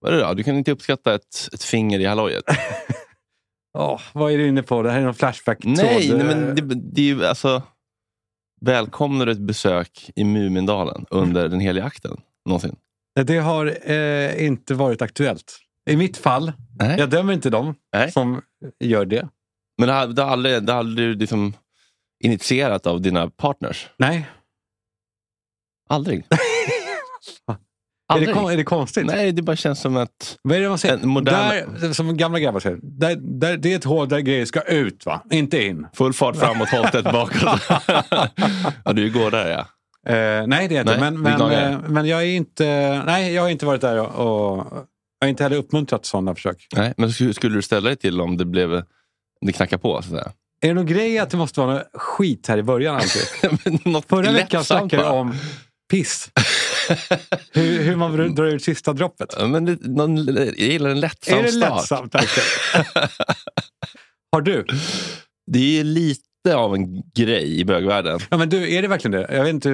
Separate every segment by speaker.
Speaker 1: Vad är det då? Du kan inte uppskatta ett, ett finger i hallojet?
Speaker 2: Åh, vad är du inne på? Det här är någon flashback-tråd.
Speaker 1: nej, nej,
Speaker 2: eh.
Speaker 1: men det, det är ju alltså... Välkomnar du ett besök i Mumindalen under den heliga akten? Någonsin?
Speaker 2: Det har eh, inte varit aktuellt. I mitt fall.
Speaker 1: Nej.
Speaker 2: Jag dömer inte dem
Speaker 1: Nej.
Speaker 2: som gör det.
Speaker 1: Men det har, det har aldrig, det har aldrig liksom initierat av dina partners?
Speaker 2: Nej.
Speaker 1: Aldrig?
Speaker 2: Är
Speaker 1: aldrig?
Speaker 2: det, kon- är det konstigt?
Speaker 1: Nej, det bara känns som att...
Speaker 2: Vad är det man säger?
Speaker 1: En modern-
Speaker 2: Där, som gamla grabbar säger. Där, där, det är ett hål där grejer ska ut, va? Inte in.
Speaker 1: Full fart framåt, halvtätt bakåt. ja, du går där ja.
Speaker 2: Eh, nej, det är inte.
Speaker 1: Nej,
Speaker 2: men,
Speaker 1: vi
Speaker 2: men,
Speaker 1: gnagar.
Speaker 2: eh, men jag är inte... Nej, jag har inte varit där och... och jag har inte heller uppmuntrat sådana försök.
Speaker 1: Nej, men hur skulle du ställa dig till om det blev... Det knackar på, så att säga.
Speaker 2: Är det någon grej att det måste vara någon skit här i början alltid?
Speaker 1: Men Något
Speaker 2: Förra veckan
Speaker 1: lättsamt
Speaker 2: snackade vi
Speaker 1: bara.
Speaker 2: om piss. hur, hur man drar ut sista droppet.
Speaker 1: Ja, Men det, någon, jag gillar en lättsam
Speaker 2: Är det
Speaker 1: start.
Speaker 2: lättsamt verkligen? Har du?
Speaker 1: Det är ju lite av en grej i bögvärlden.
Speaker 2: Ja, men du, är det verkligen det? Jag vet inte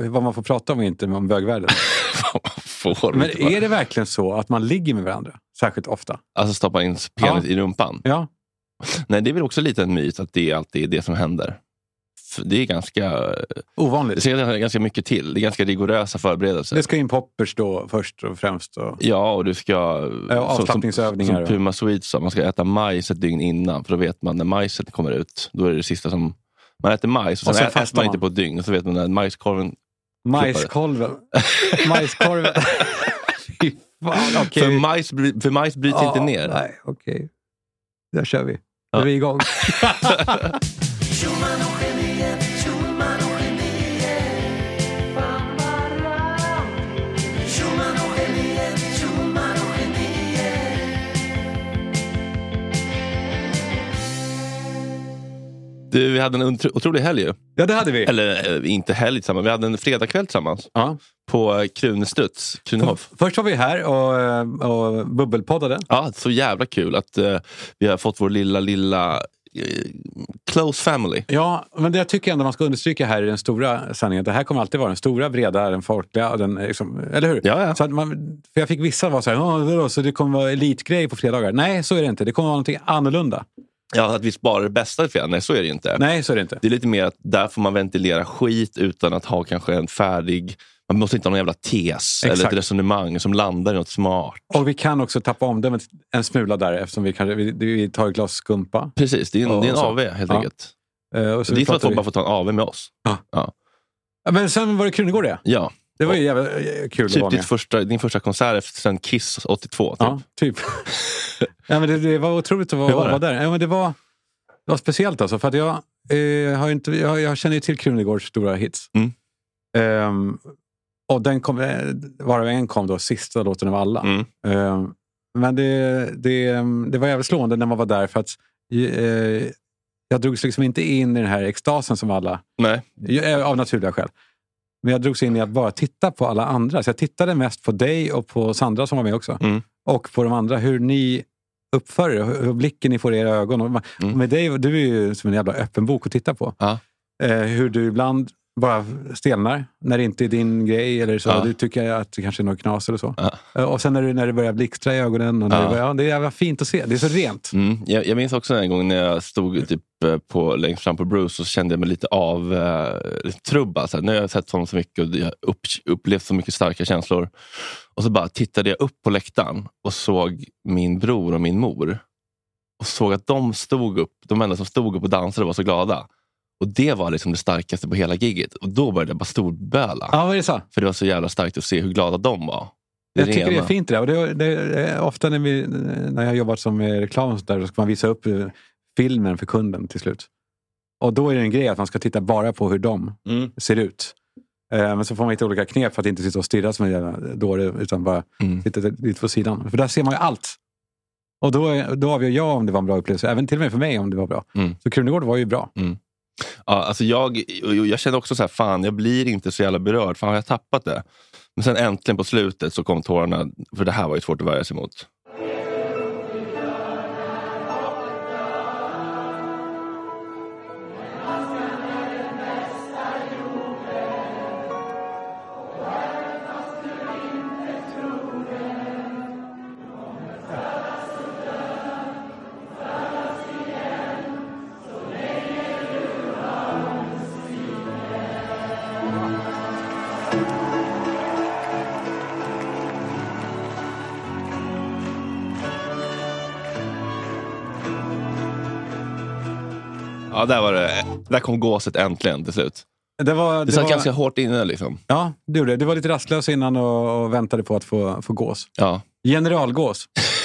Speaker 2: eh, vad man får prata om och inte om bögvärlden.
Speaker 1: Fan, vad Får
Speaker 2: Men
Speaker 1: men
Speaker 2: är det verkligen så att man ligger med varandra särskilt ofta?
Speaker 1: Alltså stoppa in penis
Speaker 2: Ja.
Speaker 1: i rumpan.
Speaker 2: Ja.
Speaker 1: Nej, det är väl också lite en myt att det alltid är det som händer. För det är ganska... Det
Speaker 2: Ovanligt.
Speaker 1: ser ganska mycket till. Det är ganska rigorösa förberedelser.
Speaker 2: Det ska in poppers då först och främst. Och...
Speaker 1: Ja, och du ska...
Speaker 2: avslappningsövningar
Speaker 1: Som,
Speaker 2: och-
Speaker 1: som Puma Swedes sa, man ska äta majs ett dygn innan. För då vet man när majset kommer ut. Då är det det sista som... Man äter majs och sen,
Speaker 2: Och sen
Speaker 1: äter
Speaker 2: fastar
Speaker 1: man
Speaker 2: man.
Speaker 1: inte på ett dygn. Och så vet man när majskorven...
Speaker 2: Majskolven. Majskorven. Fy fan, okej.
Speaker 1: För, majs, bry- för majs bryts inte
Speaker 2: Ja,
Speaker 1: ner.
Speaker 2: Nej, okej. Där kör vi. Då är vi igång.
Speaker 1: Du, vi hade en otro- otrolig helg ju.
Speaker 2: Ja, det hade vi.
Speaker 1: Eller eh, inte helg tillsammans, vi hade en fredagkväll tillsammans.
Speaker 2: Ja.
Speaker 1: På eh, Krunestuds, Krunehof.
Speaker 2: Först var vi här och, eh, och bubbelpoddade.
Speaker 1: Ja, så jävla kul att eh, vi har fått vår lilla, lilla eh, close family.
Speaker 2: Ja, men det jag tycker ändå man ska understryka här i den stora sändningen, det här kommer alltid vara den stora, breda, den folkliga, och den, eh, liksom, eller hur?
Speaker 1: Ja, ja.
Speaker 2: Så att man, för jag fick vissa vara så här, "Ja, vadå, så det kommer vara elitgrej på fredagar. Nej, så är det inte. Det kommer vara någonting annorlunda.
Speaker 1: Ja, att vi sparar det bästa till fredag. Nej, så är det ju inte.
Speaker 2: Nej, så är det inte.
Speaker 1: Det är lite mer att där får man ventilera skit utan att ha kanske en färdig... Man måste inte ha någon jävla tes eller
Speaker 2: Exakt.
Speaker 1: ett resonemang som landar i något smart.
Speaker 2: Och vi kan också tappa omdömet en smula där eftersom vi, kanske, vi, vi tar ett glas skumpa.
Speaker 1: Precis, det är en,
Speaker 2: Ja,
Speaker 1: det är en
Speaker 2: så.
Speaker 1: AV helt
Speaker 2: Ja.
Speaker 1: enkelt.
Speaker 2: Eh, och så
Speaker 1: det är för att
Speaker 2: pratar
Speaker 1: folk
Speaker 2: vi-
Speaker 1: bara får ta en AV med oss.
Speaker 2: Ja.
Speaker 1: Ja.
Speaker 2: Ja, Men sen var det Krunegård det.
Speaker 1: Ja.
Speaker 2: Det var ju jävla eh, kul att
Speaker 1: Typ
Speaker 2: vara
Speaker 1: ditt
Speaker 2: med.
Speaker 1: första, din första konsert efter sen Kiss 82. Typ.
Speaker 2: Ja, typ. ja, men det, det var otroligt att vara,
Speaker 1: Hur var det?
Speaker 2: vara där. Ja, men det, var, det var speciellt alltså. För att jag, eh, har ju inte, jag, jag känner ju till Krunegårds stora hits.
Speaker 1: Mm.
Speaker 2: Ehm, och den kom, eh, varav en kom då, sista låten av alla.
Speaker 1: Mm.
Speaker 2: Ehm, men det, det, ehm, det var jävligt slående när man var där för att eh, jag drogs liksom inte in i den här extasen som alla
Speaker 1: Nej.
Speaker 2: Ja, eh, Av naturliga skäl. Men jag drogs in i att bara titta på alla andra. Så jag tittade mest på dig och på Sandra som var med också.
Speaker 1: Mm.
Speaker 2: Och på de andra, hur ni uppför er, hur hur blicken ni får i era ögon. Och man-
Speaker 1: Mm.
Speaker 2: och med dig, du är ju som en jävla öppen bok att titta på.
Speaker 1: Ja.
Speaker 2: Eh, hur du ibland bara stelnar när det inte är din grej eller så.
Speaker 1: Ja.
Speaker 2: Du tycker att det kanske är något knas eller så.
Speaker 1: Ja.
Speaker 2: Eh, Och sen när, du, när det börjar blixtra i ögonen. Och när
Speaker 1: Ja.
Speaker 2: det, börjar, ja, det är jävla fint att se. Det är så rent.
Speaker 1: Mm. Jag, jag minns också en gång när jag stod typ eh, på, längst fram på Bruce så kände jag mig lite av eh, trubba. Så här, nu har jag sett honom så mycket och jag har upp, upplevt så mycket starka känslor. Och så bara tittade jag upp på läktaren och såg min bror och min mor. Och såg att de stod upp, de enda som stod upp och dansade var så glada. Och det var liksom det starkaste på hela giget. Och då började jag bara storböla.
Speaker 2: Ja, vad är det så?
Speaker 1: För det var så jävla starkt att se hur glada de var.
Speaker 2: Jag tycker det är
Speaker 1: rena.
Speaker 2: fint det där. och det, det är Ofta när, vi, när jag har jobbat som eh, reklam och så där, så ska man visa upp eh, filmen för kunden till slut. Och då är det en grej att man ska titta bara på hur de
Speaker 1: Mm.
Speaker 2: ser ut. Eh, Men så får man hitta olika knep för att inte sitta och stirra som en jävla dåre utan bara
Speaker 1: Mm.
Speaker 2: sitta lite på sidan. För där ser man ju allt. Och då, är- då avgör jag om det var en bra upplevelse. Även till och med för mig om det var bra.
Speaker 1: Mm.
Speaker 2: Så Krunegård var ju bra.
Speaker 1: Ja, alltså jag, och jag kände också så här, fan jag blir inte så jävla berörd. Fan har jag tappat det? Men sen äntligen på slutet så kom tårarna, för det här var ju svårt att värja sig mot. Ja, där, var det, där kom gåset äntligen till slut.
Speaker 2: Det, var,
Speaker 1: Det
Speaker 2: det
Speaker 1: satt
Speaker 2: var,
Speaker 1: ganska hårt inne liksom.
Speaker 2: Ja, det gjorde det. Du var lite rastlös innan och, och väntade på att få, få gås.
Speaker 1: Ja.
Speaker 2: Generalgås.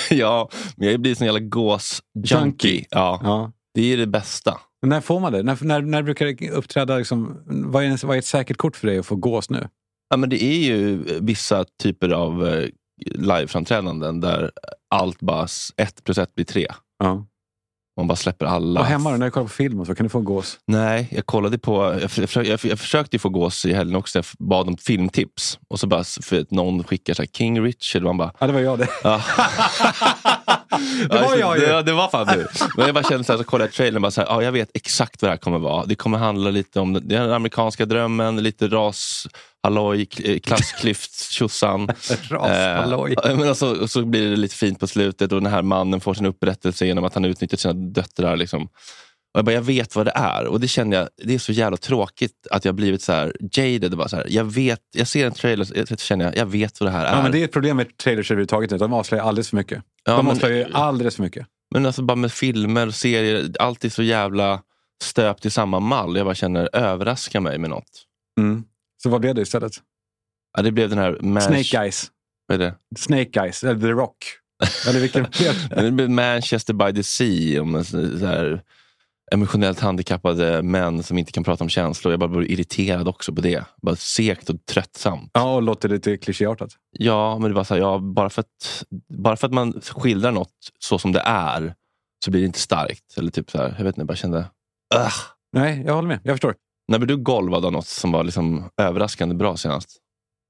Speaker 1: ja, men jag blir sån jävla gås-junkie.
Speaker 2: Junkie.
Speaker 1: Ja.
Speaker 2: Ja.
Speaker 1: Det är det bästa.
Speaker 2: Men När får man det? När, när, när brukar det uppträda? Liksom, vad, är, en- vad är ett säkert kort för dig att få gås nu?
Speaker 1: Ja, men det är ju eh, vissa typer av eh, liveframträdanden där allt bara, s- ett plus ett blir tre.
Speaker 2: Ja.
Speaker 1: Man bara släpper alla.
Speaker 2: Och hemma då, när du kollar på film och så, kan du få gås?
Speaker 1: Nej, jag kollade på... Jag, för- jag, försökte- jag, för- jag försökte ju få gås i helgen också. Jag f- bad om filmtips. Och så bara s- för att någon skickar så här, King Richard. Och man bara...
Speaker 2: Ja, det var jag det.
Speaker 1: Ja.
Speaker 2: Det var jag ju.
Speaker 1: Ja, det var fan du. Men jag bara kände så här, så kollade jag trailern och bara så här, ja, jag vet exakt vad det här kommer vara. Det kommer handla lite om den den amerikanska drömmen, lite ras, halloj, k- eh, klassklyft, tjosan.
Speaker 2: Alltså, Rashalloj.
Speaker 1: Eh, men alltså, och så blir det lite fint på slutet och den här mannen får sin upprättelse genom att han utnyttjat sina döttrar. Liksom. Och jag, bara, jag vet vad det är och det känner jag, det är så jävla tråkigt att jag blivit så här jaded. och Bara så här, jag, vet, jag ser en trailer och så känner jag, jag vet vad det här är.
Speaker 2: Ja, men det är ett problem med trailers överhuvudtaget. nu. De avslöjar alldeles för mycket.
Speaker 1: Ja,
Speaker 2: de
Speaker 1: men-
Speaker 2: avslöjar ju alldeles för mycket.
Speaker 1: Men alltså bara med filmer och serier, allt är så jävla stöpt i samma mall. Jag bara känner, överraska mig med något.
Speaker 2: Mm. Så vad blev det istället?
Speaker 1: Ja, det blev den här... Mans-
Speaker 2: Snake Eyes.
Speaker 1: Vad är det?
Speaker 2: Snake Eyes, eller The Rock. Eller vilken blev det?
Speaker 1: det blev Manchester by the Sea. Om en sån- så här emotionellt handikappade män som inte kan prata om känslor. Jag bara blev irriterad också på det. Bara segt och tröttsamt.
Speaker 2: Ja, och låter lite klichéartat.
Speaker 1: Ja, men det var så här, ja, bara, för att, bara för att man skildrar något så som det är så blir det inte starkt. Eller typ så här, jag vet inte, jag bara kände... "Ugh."
Speaker 2: Nej, jag håller med. Jag förstår.
Speaker 1: När blev du golvad av något som var liksom överraskande bra senast?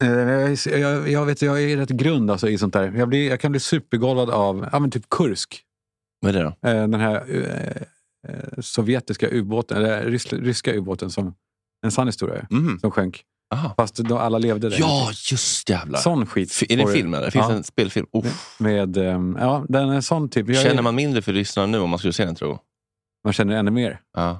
Speaker 2: Eh, Jag, jag, jag, vet, jag är rätt grund alltså, i sånt där. Jag, blir, jag kan bli supergolvad av ja, men typ Kursk.
Speaker 1: Vad är det då?
Speaker 2: Eh, den här eh, eh, sovjetiska ubåten, eller rys, ryska ubåten, som en sann historia ju,
Speaker 1: Mm.
Speaker 2: som sjönk.
Speaker 1: Aha.
Speaker 2: Fast de, alla levde där.
Speaker 1: Ja, just jävlar.
Speaker 2: Sån skit.
Speaker 1: F- är det
Speaker 2: får
Speaker 1: en
Speaker 2: du.
Speaker 1: film eller? Finns
Speaker 2: Ja.
Speaker 1: det en spelfilm? Uff.
Speaker 2: Med, ehm, ja, den är sån typ. Jag,
Speaker 1: Känner man mindre för Ryssland nu om man skulle se den, tro?
Speaker 2: man känner ännu mer
Speaker 1: Ja.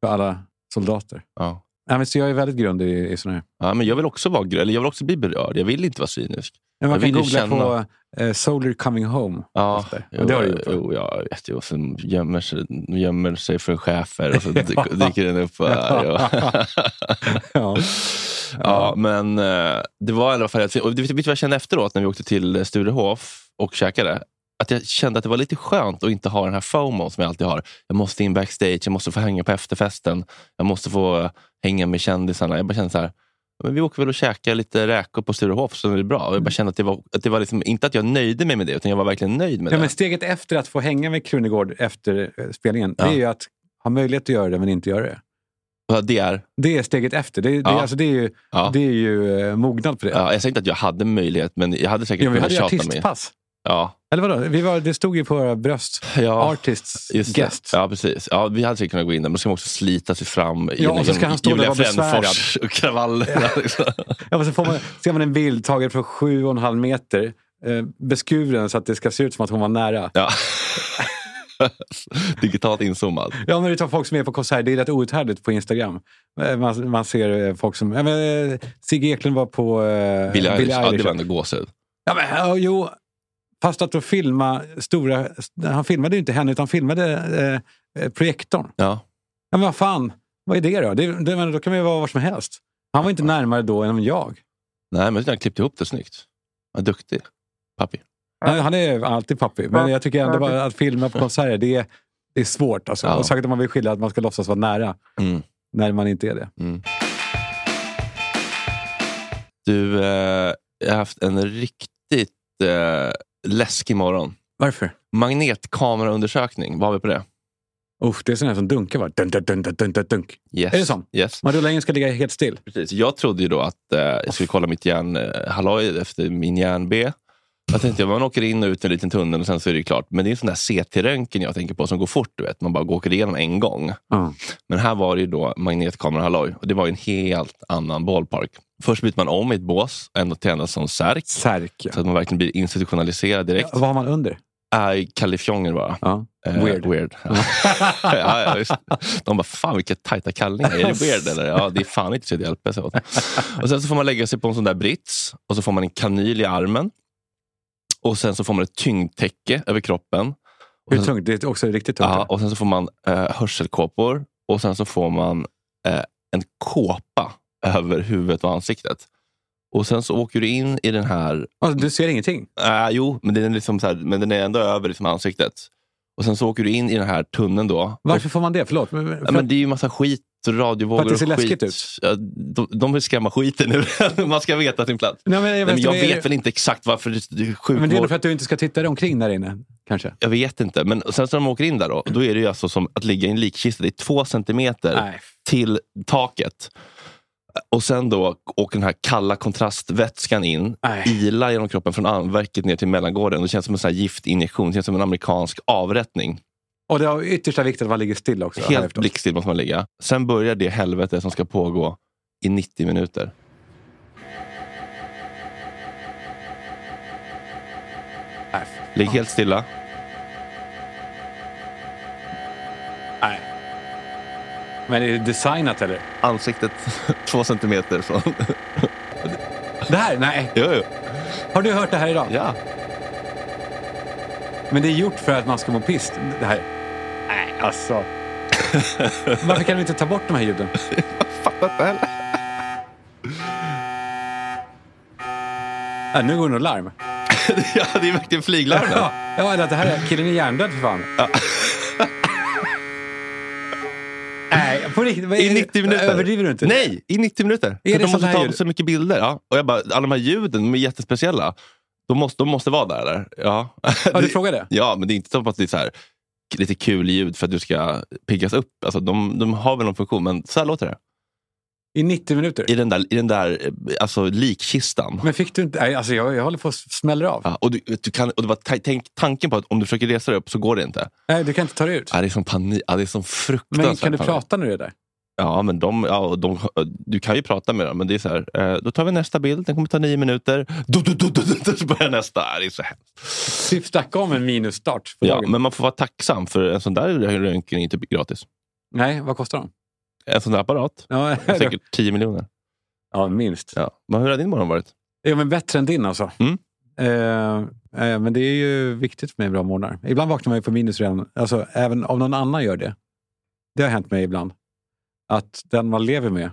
Speaker 2: för alla soldater.
Speaker 1: Ja.
Speaker 2: Ja, men, så jag är väldigt grund i, i såna här.
Speaker 1: ja, men jag vill också vara grön. Eller jag vill också bli berörd. Jag vill inte vara cynisk.
Speaker 2: Men man
Speaker 1: Jag
Speaker 2: kan
Speaker 1: vill ju
Speaker 2: googla på eh, Solar Coming Home.
Speaker 1: Ja,
Speaker 2: Just det.
Speaker 1: jo,
Speaker 2: Det har du gjort, va?
Speaker 1: Jo, jag vet ju. Och sen gömmer sig, gömmer sig för chefer och så dyker dyker den upp. Här, och...
Speaker 2: Ja.
Speaker 1: Ja, men eh, det var i alla fall... Och vet vet du vad jag kände efteråt när vi åkte till eh, Sturehof och käkade? Att jag kände att det var lite skönt att inte ha den här FOMO som jag alltid har. Jag måste in backstage, jag måste få hänga på efterfesten. Jag måste få eh, hänga med kändisarna. Jag bara kände så här, men vi åker väl och käkar lite räkor på Sturehof så är det bra. Och
Speaker 2: Mm.
Speaker 1: jag bara kände att det var, att det var liksom, inte att jag nöjde mig med det, utan jag var verkligen nöjd med
Speaker 2: Ja,
Speaker 1: det.
Speaker 2: men steget efter att få hänga med Krunegård efter eh, spelningen,
Speaker 1: Ja.
Speaker 2: det är ju att ha möjlighet att göra det men inte göra det.
Speaker 1: Ja, det är,
Speaker 2: Det är steget efter. Det, det,
Speaker 1: Ja.
Speaker 2: alltså, det är ju,
Speaker 1: ja.
Speaker 2: det är ju eh, mognad på det.
Speaker 1: Ja, jag säger inte att jag hade möjlighet, men jag hade säkert
Speaker 2: Ja, vi
Speaker 1: kunnat
Speaker 2: hade ju
Speaker 1: tjata mig.
Speaker 2: artistpass.
Speaker 1: Ja,
Speaker 2: Eller vadå? Vi var, det stod ju på våra bröst.
Speaker 1: ja
Speaker 2: Artists
Speaker 1: just det.
Speaker 2: guest.
Speaker 1: Ja, precis. Ja, vi hade säkert kunnat gå in där, men då ska man också slita sig fram i liksom
Speaker 2: Ja, och så ska han stå där och
Speaker 1: Julia
Speaker 2: vara besvärad.
Speaker 1: Frändfors och kravallerna. Liksom.
Speaker 2: Ja, och så får man, ser man en bild tagen från sju och en halv meter. Eh, beskuren så att det ska se ut som att hon var nära.
Speaker 1: Ja. Digitalt inzoomad.
Speaker 2: Ja, men du tar folk som är på konsert. Det är rätt outhärdligt på Instagram. Eh, Man, man ser eh, folk som... Ja, men, eh, Sigge Eklund var på eh,
Speaker 1: Billie Eilish. Ja, det
Speaker 2: Eilish.
Speaker 1: var ändå gåshud.
Speaker 2: Ja, men, ja, jo, fast att då filma stora... Han filmade ju inte henne, utan han filmade eh, eh, projektorn.
Speaker 1: Ja.
Speaker 2: Ja, men vad fan, vad är det då? Det, det, men då kan man ju vara var som helst. Han var inte närmare då än jag.
Speaker 1: Nej, men jag tyckte han klippte ihop det snyggt. Vad duktig. Pappi.
Speaker 2: Nej, Han är alltid pappig, men jag tycker ändå bara att filma på konserter, det är, det är svårt. Alltså.
Speaker 1: Ja.
Speaker 2: Och särskilt om man vill skilja att man ska låtsas vara nära,
Speaker 1: Mm.
Speaker 2: när man inte är det.
Speaker 1: Du, eh, jag har haft en riktigt eh, läskig morgon.
Speaker 2: Varför?
Speaker 1: Magnetkameraundersökning, vad har vi på det?
Speaker 2: Usch, det är sådana här som dunkar bara. Dunk, dunk, dunk, dunk, dunk, dunk, dunk.
Speaker 1: Yes.
Speaker 2: Är det sån?
Speaker 1: Yes.
Speaker 2: Man rullar in ska ligga helt still.
Speaker 1: Precis. Jag trodde ju då att eh, jag skulle kolla mitt järn eh, halloj efter min järn B. Jag tänkte man åker in och ut en liten tunnel och sen så är det klart. Men det är en sån där CT-röntgen jag tänker på som går fort. Du vet. Man bara åker igenom en gång.
Speaker 2: Ja.
Speaker 1: Men här var det ju då magnetkamera halloj och det var ju en helt annan ballpark. Först byter man om i ett bås, ändå till ända som särk.
Speaker 2: Särk, ja.
Speaker 1: Så att man verkligen blir institutionaliserad direkt.
Speaker 2: Vad har man under?
Speaker 1: Äh, Kalifjonger bara.
Speaker 2: Ja.
Speaker 1: Eh,
Speaker 2: Weird.
Speaker 1: weird. Ja. ja, ja, just. De bara, fan vilka tajta kallningar. Är det weird eller? Ja, det är fan inte så att hjälpa sig åt. Och sen så får man lägga sig på en sån där brits och så får man en kanyl i armen. Och sen så får man ett tyngdtäcke över kroppen. Och
Speaker 2: Hur
Speaker 1: sen,
Speaker 2: tungt? Det är också riktigt tungt.
Speaker 1: ja,
Speaker 2: Ja,
Speaker 1: och sen så får man eh, hörselkåpor och sen så får man eh, en kåpa över huvudet och ansiktet. Och sen så åker du in i den här
Speaker 2: alltså, du ser ingenting?
Speaker 1: Äh, jo, men den, är liksom så här, men den är ändå över liksom ansiktet. Och sen så åker du in i den här tunneln då.
Speaker 2: Varför får man det? Förlåt. Men,
Speaker 1: Och, ja, men det är ju massa skit, radiovågor
Speaker 2: För att det ser
Speaker 1: och skit.
Speaker 2: läskigt ut.
Speaker 1: Ja, de, de vill skrämma skiten nu. Man ska veta sin plats.
Speaker 2: Nej, men jag
Speaker 1: Nej, men jag
Speaker 2: vad är-
Speaker 1: vet väl inte exakt varför det- det är sjukvård.
Speaker 2: Men det är nog för att du inte ska titta dig omkring där inne, kanske?
Speaker 1: Jag vet inte. Men sen så när de åker in där då, då är det ju alltså som att ligga i en likkista. Det är två centimeter
Speaker 2: Nej.
Speaker 1: till taket. Och sen då åker den här kalla kontrastvätskan in,
Speaker 2: Nej.
Speaker 1: ilar genom kroppen från armverket ner till mellangården. Det känns som en sån här giftinjektion, det känns som en amerikansk avrättning.
Speaker 2: Och det är av yttersta vikt att man ligger still också. har jag
Speaker 1: Helt
Speaker 2: förstått.
Speaker 1: blickstill måste man ligga. Sen börjar det helvete som ska pågå i 90 minuter.
Speaker 2: Nej.
Speaker 1: Ligg helt stilla.
Speaker 2: Nej. Men är det designat eller?
Speaker 1: Ansiktet två centimeter från...
Speaker 2: Det här? Nej.
Speaker 1: jo, jo.
Speaker 2: Har du hört det här idag?
Speaker 1: Ja.
Speaker 2: Men det är gjort för att man ska må piss. Det här. Nej, alltså. Varför kan du inte ta bort de här ljuden?
Speaker 1: Fattar inte heller.
Speaker 2: Ja, nu går det nog larm.
Speaker 1: ja, det är verkligen flyglarmet.
Speaker 2: Ja, ja eller att det här är, killen är hjärndöd för fan. Nej, på riktigt. vad är
Speaker 1: I
Speaker 2: det-
Speaker 1: 90 minuter.
Speaker 2: Överdriver du inte?
Speaker 1: Nej, i 90 minuter. För
Speaker 2: det
Speaker 1: de
Speaker 2: sådana
Speaker 1: måste
Speaker 2: här
Speaker 1: ta
Speaker 2: ljud?
Speaker 1: så mycket bilder. Ja. Och jag bara, alla de här ljuden, de är jättespeciella. De måste, de måste vara där eller? Ja.
Speaker 2: Ja, du frågade?
Speaker 1: ja, men det är inte som att det är så här, lite kul ljud för att du ska piggas upp. Alltså, de, de har väl någon funktion, men så här låter det.
Speaker 2: I 90 minuter?
Speaker 1: I den där, i den där eh, alltså, likkistan.
Speaker 2: Men fick du inte? Nej, alltså jag, jag håller på att smäller av.
Speaker 1: Ja, och, du, du kan, och det var ta- tänk, tanken på att om du försöker resa dig upp så går det inte.
Speaker 2: Nej, du kan inte ta dig ut.
Speaker 1: Ja, det är som panik. Ja, det är som fruktansvärt
Speaker 2: Men kan du
Speaker 1: panik.
Speaker 2: prata när du är där?
Speaker 1: Ja, men de, ja, och de, du kan ju prata med dem, men det är så här. Eh, då tar vi nästa bild, den kommer ta nio minuter. Du, du, du, du, du, du, så börjar nästa. Ja, Det är så hemskt.
Speaker 2: Typ snacka om en minusstart på
Speaker 1: Ja,
Speaker 2: dagen.
Speaker 1: men man får vara tacksam, för en sån där röntgen är inte gratis.
Speaker 2: Nej, vad kostar de?
Speaker 1: En sån där apparat,
Speaker 2: Ja,
Speaker 1: säkert 10 miljoner.
Speaker 2: ja minst. Ja.
Speaker 1: Ja. Men hur har din morgon varit?
Speaker 2: men bättre än din alltså.
Speaker 1: Mm.
Speaker 2: Eh, eh, men det är ju viktigt med bra morgnar. Ibland vaknar man ju på minus redan. Alltså, även om någon annan gör det. Det har hänt mig ibland. Att den man lever med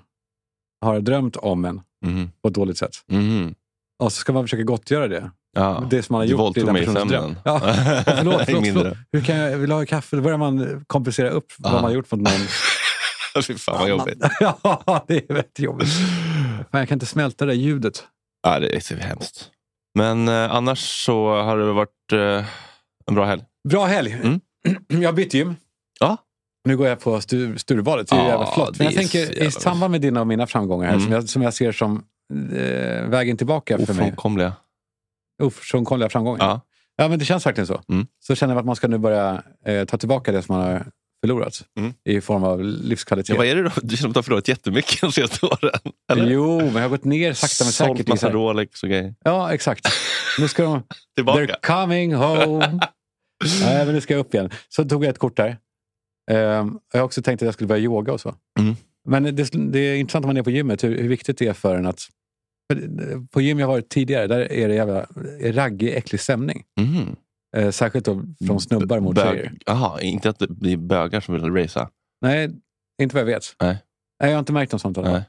Speaker 2: har drömt om en
Speaker 1: Mhm.
Speaker 2: på ett dåligt sätt.
Speaker 1: Mhm.
Speaker 2: Och så ska man försöka gottgöra det.
Speaker 1: Ja.
Speaker 2: Det som man har
Speaker 1: Du
Speaker 2: gjort i
Speaker 1: våldtog
Speaker 2: den
Speaker 1: mig i
Speaker 2: personens dröm.
Speaker 1: sömnen.
Speaker 2: Ja. Och förlåt,
Speaker 1: Nej,
Speaker 2: förlåt,
Speaker 1: mindre.
Speaker 2: förlåt. Hur kan jag, vill du ha kaffe? Då börjar man kompensera upp vad
Speaker 1: Ja.
Speaker 2: man har gjort mot någon.
Speaker 1: Fy fan vad jobbigt.
Speaker 2: ja, det är väldigt jobbigt. Fan, jag kan inte smälta det där ljudet.
Speaker 1: Ja, det är så hemskt. Men eh, annars så har det varit eh, en bra helg.
Speaker 2: Bra helg!
Speaker 1: Mm.
Speaker 2: Jag har bytt gym.
Speaker 1: Ja.
Speaker 2: Nu går jag på Stu- Sturebadet, det är ju
Speaker 1: Ja,
Speaker 2: jävla flott.
Speaker 1: det
Speaker 2: Men jag
Speaker 1: är så
Speaker 2: tänker
Speaker 1: jävla
Speaker 2: i samband med dina och mina framgångar här,
Speaker 1: Mm.
Speaker 2: som, jag, som jag ser som eh, vägen tillbaka för mig.
Speaker 1: Ofrånkomliga.
Speaker 2: Ofrånkomliga framgångar.
Speaker 1: Ja.
Speaker 2: Ja, men det känns verkligen så.
Speaker 1: Mm.
Speaker 2: Så känner jag att man ska nu börja eh, ta tillbaka det som man har förlorat
Speaker 1: Mm.
Speaker 2: i form av
Speaker 1: Ja,
Speaker 2: livskvalitet.
Speaker 1: vad är det då? Du känner att du har förlorat jättemycket de senaste åren? Eller?
Speaker 2: Jo, men jag har gått ner sakta men
Speaker 1: Sålt
Speaker 2: säkert. i så
Speaker 1: massa
Speaker 2: här-
Speaker 1: Rolex och grejer.
Speaker 2: Ja, exakt. Nu ska de...
Speaker 1: Tillbaka.
Speaker 2: They're coming home. Nej, men nu ska jag upp igen. Så tog jag ett kort där. Ehm, jag har också tänkt att jag skulle börja yoga och så.
Speaker 1: Mm.
Speaker 2: Men det, det är intressant när man är på gymmet, hur, hur viktigt det är för en att... för det- På gym jag varit tidigare, där är det jävla raggig, äcklig stämning.
Speaker 1: Mm.
Speaker 2: Eh, särskilt då från snubbar mot tjejer.
Speaker 1: Bög. Jaha, inte att det blir bögar som vill racea.
Speaker 2: Nej, inte vad jag vet.
Speaker 1: Nej.
Speaker 2: Nej, jag har inte märkt något sånt. i alla fall.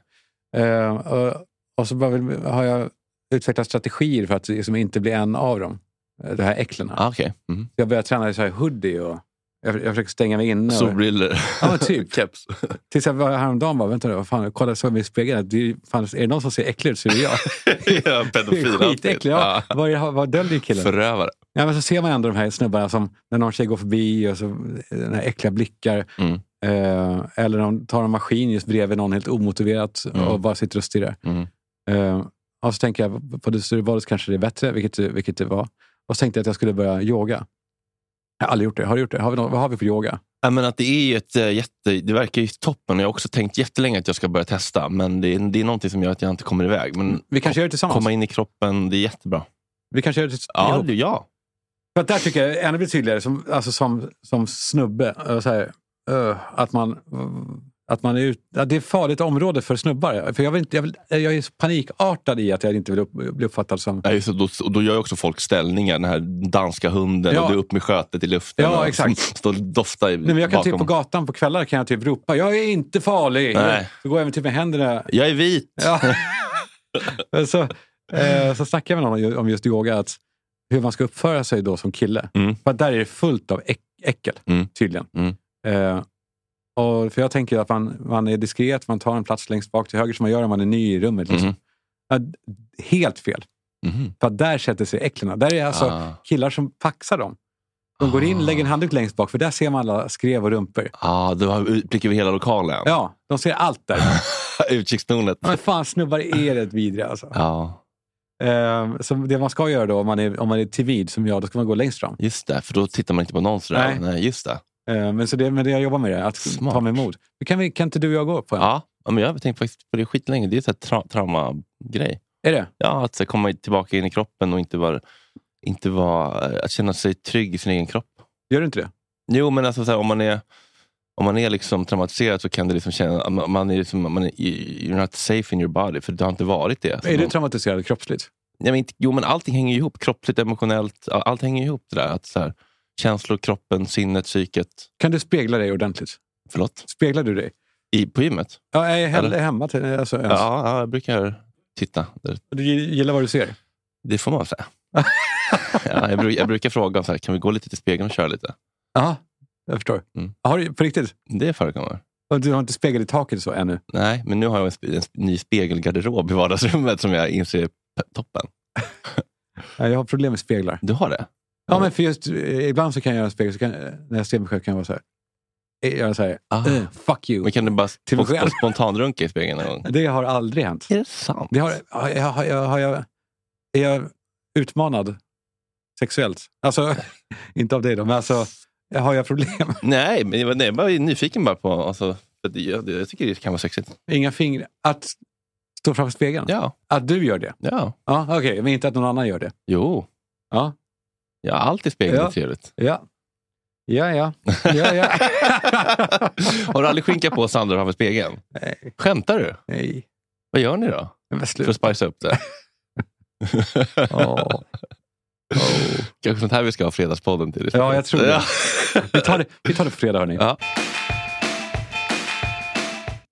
Speaker 1: Nej.
Speaker 2: Eh, och, och så bara vill, har jag utvecklat strategier för att liksom inte bli en av dem. Eh, De här äcklena.
Speaker 1: Ah, Okej. Mm.
Speaker 2: Jag börjar träna i så här hoodie och jag, jag försöker stänga mig inne. Och,
Speaker 1: Solbrillor.
Speaker 2: Ja, men typ.
Speaker 1: Keps.
Speaker 2: tills jag var häromdagen bara, vänta nu, vad fan, jag kollade så mig i spegeln. Det är, ju- fan, är det någon som ser äcklig ut så är det jag.
Speaker 1: ja,
Speaker 2: Det
Speaker 1: pedofil.
Speaker 2: är Skitäcklig. Ja.
Speaker 1: Ja.
Speaker 2: Vad, är- vad döljer killen?
Speaker 1: Förövare.
Speaker 2: Ja, men så ser man ändå de här snubbarna som när någon tjej går förbi och så, eh, den här äckliga blickar.
Speaker 1: Mm.
Speaker 2: Eh, eller de tar en maskin just bredvid någon helt omotiverat
Speaker 1: Mm.
Speaker 2: och bara sitter och stirrar.
Speaker 1: Mm.
Speaker 2: Eh, och så tänker jag, på det större valet kanske det är bättre, vilket, det- vilket det var. Och så tänkte jag att jag skulle börja yoga. Jag har aldrig gjort det. Har du gjort det? Har vi någon, vad har vi för yoga?
Speaker 1: Ja, men att det är ju ett eh, jätte... Det verkar ju toppen. Jag har också tänkt jättelänge att jag ska börja testa. Men det är, det är någonting som gör att jag inte kommer iväg. Men
Speaker 2: Vi kanske gör det tillsammans?
Speaker 1: komma in i kroppen, det är jättebra.
Speaker 2: Vi kanske gör det
Speaker 1: Ja,
Speaker 2: ihop.
Speaker 1: du, ja.
Speaker 2: För att där tycker jag ännu blir tydligare, som, alltså som, som snubbe, eh, så här, eh, att man... Att man är ut, att det är ett farligt område för snubbar. För jag, vill inte, jag, vill, eh, jag är så panikartad i att jag inte vill upp, bli uppfattad som...
Speaker 1: Ja, just, det. då, och då gör ju också folk ställningar. Den här danska hunden
Speaker 2: Ja.
Speaker 1: och du upp med skötet i luften.
Speaker 2: Ja,
Speaker 1: och,
Speaker 2: exakt.
Speaker 1: Som står och doftar i,
Speaker 2: Nej, men jag kan
Speaker 1: bakom.
Speaker 2: typ på gatan på kvällar kan jag typ ropa “Jag är inte farlig!”
Speaker 1: Nej.
Speaker 2: Så går jag med typ med händerna
Speaker 1: Jag är vit.
Speaker 2: Ja. så, eh, så snackade jag med någon om just yoga, att hur man ska uppföra sig då som kille.
Speaker 1: Mm.
Speaker 2: För att där är det fullt av äck, äckel,
Speaker 1: Mm.
Speaker 2: tydligen.
Speaker 1: Mm.
Speaker 2: Eh, och för jag tänker ju att man, man är diskret, man tar en plats längst bak till höger som man gör om man är ny i rummet. Liksom.
Speaker 1: Mhm.
Speaker 2: Ja, d- helt fel.
Speaker 1: Mhm.
Speaker 2: För att där sätter sig äcklena. Där är alltså
Speaker 1: Ah.
Speaker 2: killar som paxar dem. De går in,
Speaker 1: Ah.
Speaker 2: lägger en handduk längst bak, för där ser man alla skrev och rumpor.
Speaker 1: Ah, du har utblick över hela lokalen.
Speaker 2: Ja, de ser allt där.
Speaker 1: Utkikstornet.
Speaker 2: Men fan, snubbar är rätt vidriga alltså.
Speaker 1: Ja,
Speaker 2: Ehm, så det man ska göra då om man är, om man är timid som jag, då ska man gå längst fram.
Speaker 1: just det. För då tittar man inte på någon sådär.
Speaker 2: Nej.
Speaker 1: Nej. just det.
Speaker 2: Ehm, men så det, men det jag jobbar med det, att
Speaker 1: Smart.
Speaker 2: ta mig emot. Men Kan, vi, kan inte du och jag gå på en?
Speaker 1: Ja. ja, men jag har tänkt faktiskt på det skitlänge. Det är ju ett tra traumagrej.
Speaker 2: Är det?
Speaker 1: Ja, att så här, komma tillbaka in i kroppen och inte vara... Inte vara att känna sig trygg i sin egen kropp.
Speaker 2: Gör du inte det?
Speaker 1: Jo, men alltså, så här, om man är, om man är liksom traumatiserad så kan det liksom känna... Man, man är liksom, man är, you're not safe in your body, för du har inte varit det. Så
Speaker 2: är du
Speaker 1: man,
Speaker 2: traumatiserad kroppsligt?
Speaker 1: jag vet, inte- jo, men allting hänger ju ihop. Kroppsligt, emotionellt. all- Allt hänger ihop. Det där, att, så här, känslor, kroppen, sinnet, psyket.
Speaker 2: Kan du spegla dig ordentligt?
Speaker 1: Förlåt?
Speaker 2: Speglar du dig?
Speaker 1: I, på gymmet?
Speaker 2: Ja, jag är hellre
Speaker 1: Eller?
Speaker 2: hemma. Till, alltså, ens.
Speaker 1: Ja, ja, jag brukar titta. där.
Speaker 2: Du gillar vad du ser?
Speaker 1: Det får man väl säga. ja, jag, bru- jag brukar fråga om så här, kan vi gå lite till spegeln och köra lite.
Speaker 2: Ja, jag förstår.
Speaker 1: Mm.
Speaker 2: Har du, på riktigt?
Speaker 1: Det förekommer.
Speaker 2: Och Du har inte spegel i taket så ännu?
Speaker 1: Nej, men nu har jag en, sp- en sp- ny spegelgarderob i vardagsrummet som jag inser är p- toppen.
Speaker 2: Nej, Jag har problem med speglar.
Speaker 1: Du har det?
Speaker 2: Ja, men för just, eh, ibland så kan jag göra en spegel, så kan, eh, när jag ser mig själv kan jag vara så här. eh, Göra så här,
Speaker 1: Ah.
Speaker 2: eh, fuck you.
Speaker 1: Men kan du bara
Speaker 2: Till mig
Speaker 1: sp-
Speaker 2: själv.
Speaker 1: sp- spontanrunka i spegeln någon gång?
Speaker 2: Det har aldrig hänt.
Speaker 1: Är det sant?
Speaker 2: Det har, har, jag- har, jag- har jag, är jag utmanad sexuellt? Alltså, inte av dig då, men alltså, har jag problem?
Speaker 1: Nej, men jag, var- nej, jag var nyfiken bara på... Alltså, för det, jag, jag tycker det kan vara sexigt.
Speaker 2: Inga fingrar? Att stå framför spegeln?
Speaker 1: Ja,
Speaker 2: Att du gör det?
Speaker 1: ja.
Speaker 2: Ja, Okej, men inte att någon annan gör det?
Speaker 1: Jo,
Speaker 2: Ja,
Speaker 1: ja, allt i spegeln
Speaker 2: Ja.
Speaker 1: är trevligt.
Speaker 2: ja. Ja, ja. ja, ja.
Speaker 1: har du aldrig skinka på Sandra framför spegeln?
Speaker 2: Nej.
Speaker 1: Skämtar du?
Speaker 2: Nej,
Speaker 1: Vad gör ni då?
Speaker 2: men
Speaker 1: För att
Speaker 2: sluta.
Speaker 1: spicea upp det?
Speaker 2: Åh.
Speaker 1: Kanske sånt här vi ska ha Fredagspodden till.
Speaker 2: Ja, jag tror det.
Speaker 1: Ja.
Speaker 2: Vi tar det, vi tar det på fredag, hörni.
Speaker 1: Ja.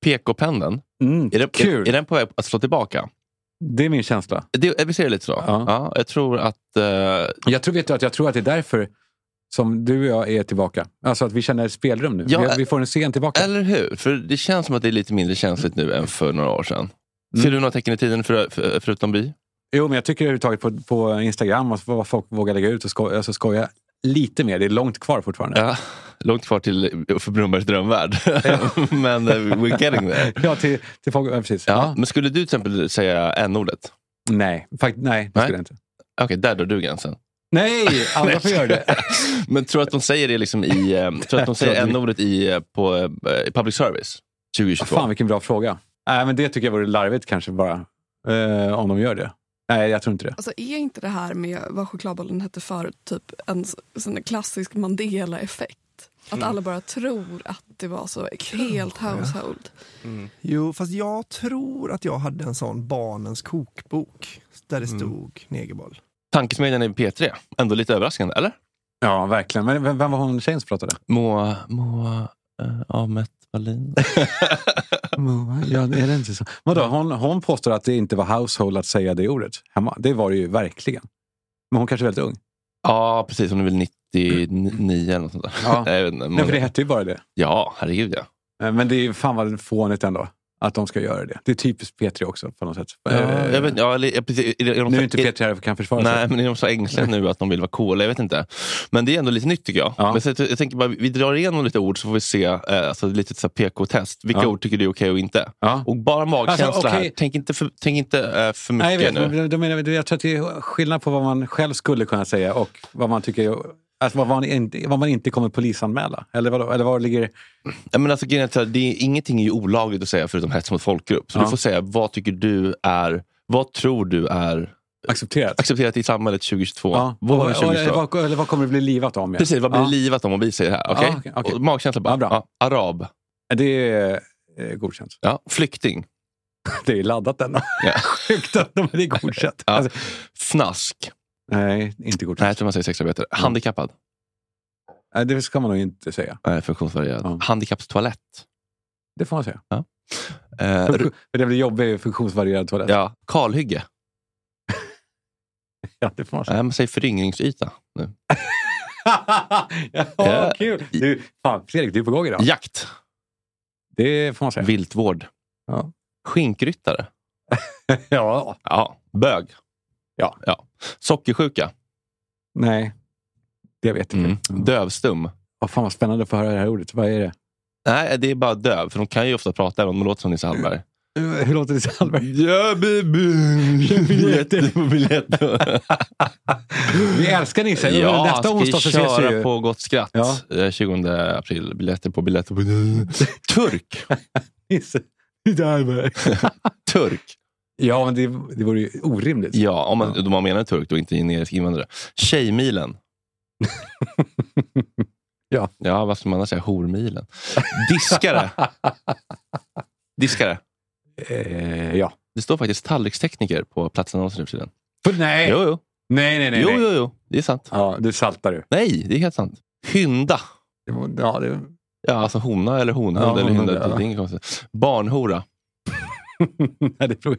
Speaker 1: PK-pendeln,
Speaker 2: Mm,
Speaker 1: är, det-
Speaker 2: kul.
Speaker 1: är, är den på väg att slå tillbaka?
Speaker 2: det är min känsla.
Speaker 1: Det, vi ser det lite så.
Speaker 2: Ja.
Speaker 1: Ja. jag tror att... eh,
Speaker 2: Jag tror, vet du, att jag tror att det är därför som du och jag är tillbaka. Alltså att vi känner spelrum nu.
Speaker 1: Ja,
Speaker 2: vi, vi får en scen tillbaka.
Speaker 1: Eller hur? För det känns som att det är lite mindre känsligt nu än för några år sedan. Ser du några tecken i tiden för, för, förutom bi?
Speaker 2: Jo, men jag tycker överhuvudtaget på, på Instagram, och vad folk vågar lägga ut och skoja, alltså skoja lite mer. Det är långt kvar fortfarande.
Speaker 1: Ja. Långt kvar till Uffe Brunnbergs drömvärld. Men eh, we're getting there.
Speaker 2: Ja, till, till folk, ja, precis.
Speaker 1: Ja.
Speaker 2: Ja.
Speaker 1: Men skulle du till exempel säga n-ordet?
Speaker 2: Nej, fakt, nej, det
Speaker 1: Nej.
Speaker 2: skulle jag inte.
Speaker 1: Okej, där drar du gränsen.
Speaker 2: Nej, alla får göra det.
Speaker 1: Men tror att de säger det liksom i, eh, tror att de säger n-ordet i, eh, på, eh, i public service 2022?
Speaker 2: Fan vilken bra fråga. Nej, men det tycker jag vore larvigt kanske bara. Eh, om de gör det. Nej, jag tror inte det.
Speaker 3: Alltså är inte det här med vad chokladbollen hette förut typ en s- sån där klassisk Mandela-effekt? Att alla bara tror att det var så helt household.
Speaker 4: Jo, fast jag tror att jag hade en sån barnens kokbok där
Speaker 1: Mm.
Speaker 4: det stod negerboll.
Speaker 1: Tankesmedjan i P3. Ändå lite överraskande, eller?
Speaker 2: Ja, verkligen. Men vem, vem var hon tjejen som pratade?
Speaker 1: Moa, Moa eh, Ahmet Wallin.
Speaker 2: Ja, är det inte så? Vadå, hon, hon påstår att det inte var household att säga det ordet hemma. Det var det ju verkligen. Men hon kanske är väldigt ung.
Speaker 1: ja, precis. Hon är väl 99 eller något sånt där.
Speaker 2: Ja.
Speaker 1: Nej, jag vet inte, men-
Speaker 2: Nej, för det hette ju bara det.
Speaker 1: Ja, herregud ja.
Speaker 2: Eh, Men det är ju fan vad fånigt ändå. Att de ska göra det. Det är typiskt P3 också på något sätt.
Speaker 1: ja,
Speaker 2: Eh,
Speaker 1: jag vet, ja, eller, ja precis, är det- är de
Speaker 2: nu
Speaker 1: så-
Speaker 2: är inte
Speaker 1: är-
Speaker 2: P3 här och kan försvara
Speaker 1: Nej,
Speaker 2: sig.
Speaker 1: men är de så ängsliga nu att de vill vara coola? Jag vet inte. Men det är ändå lite nytt tycker jag.
Speaker 2: Ja.
Speaker 1: Men så, jag- jag tänker bara, vi drar igenom lite ord så får vi se, eh, alltså, lite så här PK-test. Vilka
Speaker 2: Ja.
Speaker 1: ord tycker du är okej och inte?
Speaker 2: Ja.
Speaker 1: Och bara magkänsla
Speaker 2: Alltså, okej.
Speaker 1: här. Tänk inte för, tänk inte, eh, för mycket
Speaker 2: Nej, jag vet.
Speaker 1: nu.
Speaker 2: Men, de menar, jag tror att det är skillnad på vad man själv skulle kunna säga och vad man tycker... Alltså vad man, inte, vad man inte kommer polisanmäla. Eller, vadå? eller var ligger...
Speaker 1: Ja, men alltså, grejen är att så här, det är, ingenting är ju olagligt att säga förutom hets mot folkgrupp. Så
Speaker 2: Ja.
Speaker 1: du får säga, vad tycker du är, vad tror du är
Speaker 2: Accepterat?
Speaker 1: accepterat i samhället 2022?
Speaker 2: Ja. Och,
Speaker 1: Våren
Speaker 2: och,
Speaker 1: 2022?
Speaker 2: eller, vad, eller vad kommer det bli livat om? ja?
Speaker 1: Precis, vad blir
Speaker 2: ja.
Speaker 1: livat om om vi säger det här? Okej?
Speaker 2: Ja, okej, okej.
Speaker 1: Och Magkänsla bara.
Speaker 2: Ja, bra.
Speaker 1: Ja, arab.
Speaker 2: Det är eh, godkänt.
Speaker 1: Ja, flykting.
Speaker 2: Det är laddat ändå.
Speaker 1: Ja.
Speaker 2: Sjukt att de- det är godkänt.
Speaker 1: Ja.
Speaker 2: Alltså,
Speaker 1: Fnask.
Speaker 2: nej, inte godkänt.
Speaker 1: Nej, jag tror man säger sexarbetare. Handikappad.
Speaker 2: Nej, det ska man nog inte säga.
Speaker 1: Nej, funktionsvarierad.
Speaker 2: Ja.
Speaker 1: Handikappstoalett.
Speaker 2: Det får man säga.
Speaker 1: Eh,
Speaker 2: Funktion- För det blir jobbig funktionsvarierad toalett.
Speaker 1: ja. Kalhygge.
Speaker 2: Ja, det får man säga.
Speaker 1: Nej, man säger föryngringsyta. Nu.
Speaker 2: ja,
Speaker 1: Ja.
Speaker 2: vad kul! Du, fan, Fredrik, du är på gång idag.
Speaker 1: Jakt.
Speaker 2: Det får man säga.
Speaker 1: Viltvård.
Speaker 2: Ja.
Speaker 1: Skinkryttare.
Speaker 2: Ja.
Speaker 1: Ja. Bög.
Speaker 2: Ja.
Speaker 1: ja. Sockersjuka.
Speaker 2: Nej, det vet jag inte. Mm.
Speaker 1: Dövstum.
Speaker 2: Åh, fan vad spännande att få höra det här ordet. Vad är det?
Speaker 1: Nej, det är bara döv. För de kan ju ofta prata även om de låter som Nisse Hallberg.
Speaker 2: Eh, Hur låter det Salberg?
Speaker 1: Ja, biljetter på biljetter.
Speaker 2: Vi älskar Nisse.
Speaker 1: Ja,
Speaker 2: Nästa
Speaker 1: ska
Speaker 2: onsdag så
Speaker 1: köra
Speaker 2: ses vi ju.
Speaker 1: på Gott Skratt.
Speaker 2: Ja.
Speaker 1: eh, 20 april. Biljetter på biljetter på... Turk!
Speaker 2: Nisse. Salberg.
Speaker 1: Turk!
Speaker 2: Ja, men det, det vore ju orimligt.
Speaker 1: Ja, om man, om man menar turk då, inte generisk invandrare. Tjejmilen.
Speaker 2: Ja.
Speaker 1: Ja, vad ska man annars säga? Hormilen. Diskare. Diskare.
Speaker 2: Eh, ja.
Speaker 1: Det står faktiskt tallrikstekniker på platsannonsen nu för tiden.
Speaker 2: För, nej.
Speaker 1: Jo, jo.
Speaker 2: nej, Eh. nej, nej.
Speaker 1: jo,
Speaker 2: nej.
Speaker 1: jo, jo. Det är sant.
Speaker 2: Ja, du saltar du.
Speaker 1: Nej, det är helt sant. Hynda.
Speaker 2: Det var- Ja, det...
Speaker 1: Ja, alltså hona eller honhund
Speaker 2: Ja,
Speaker 1: eller hynda.
Speaker 2: honhund, ja.
Speaker 1: Det är inget konstigt. Barnhora.
Speaker 2: nej, det tror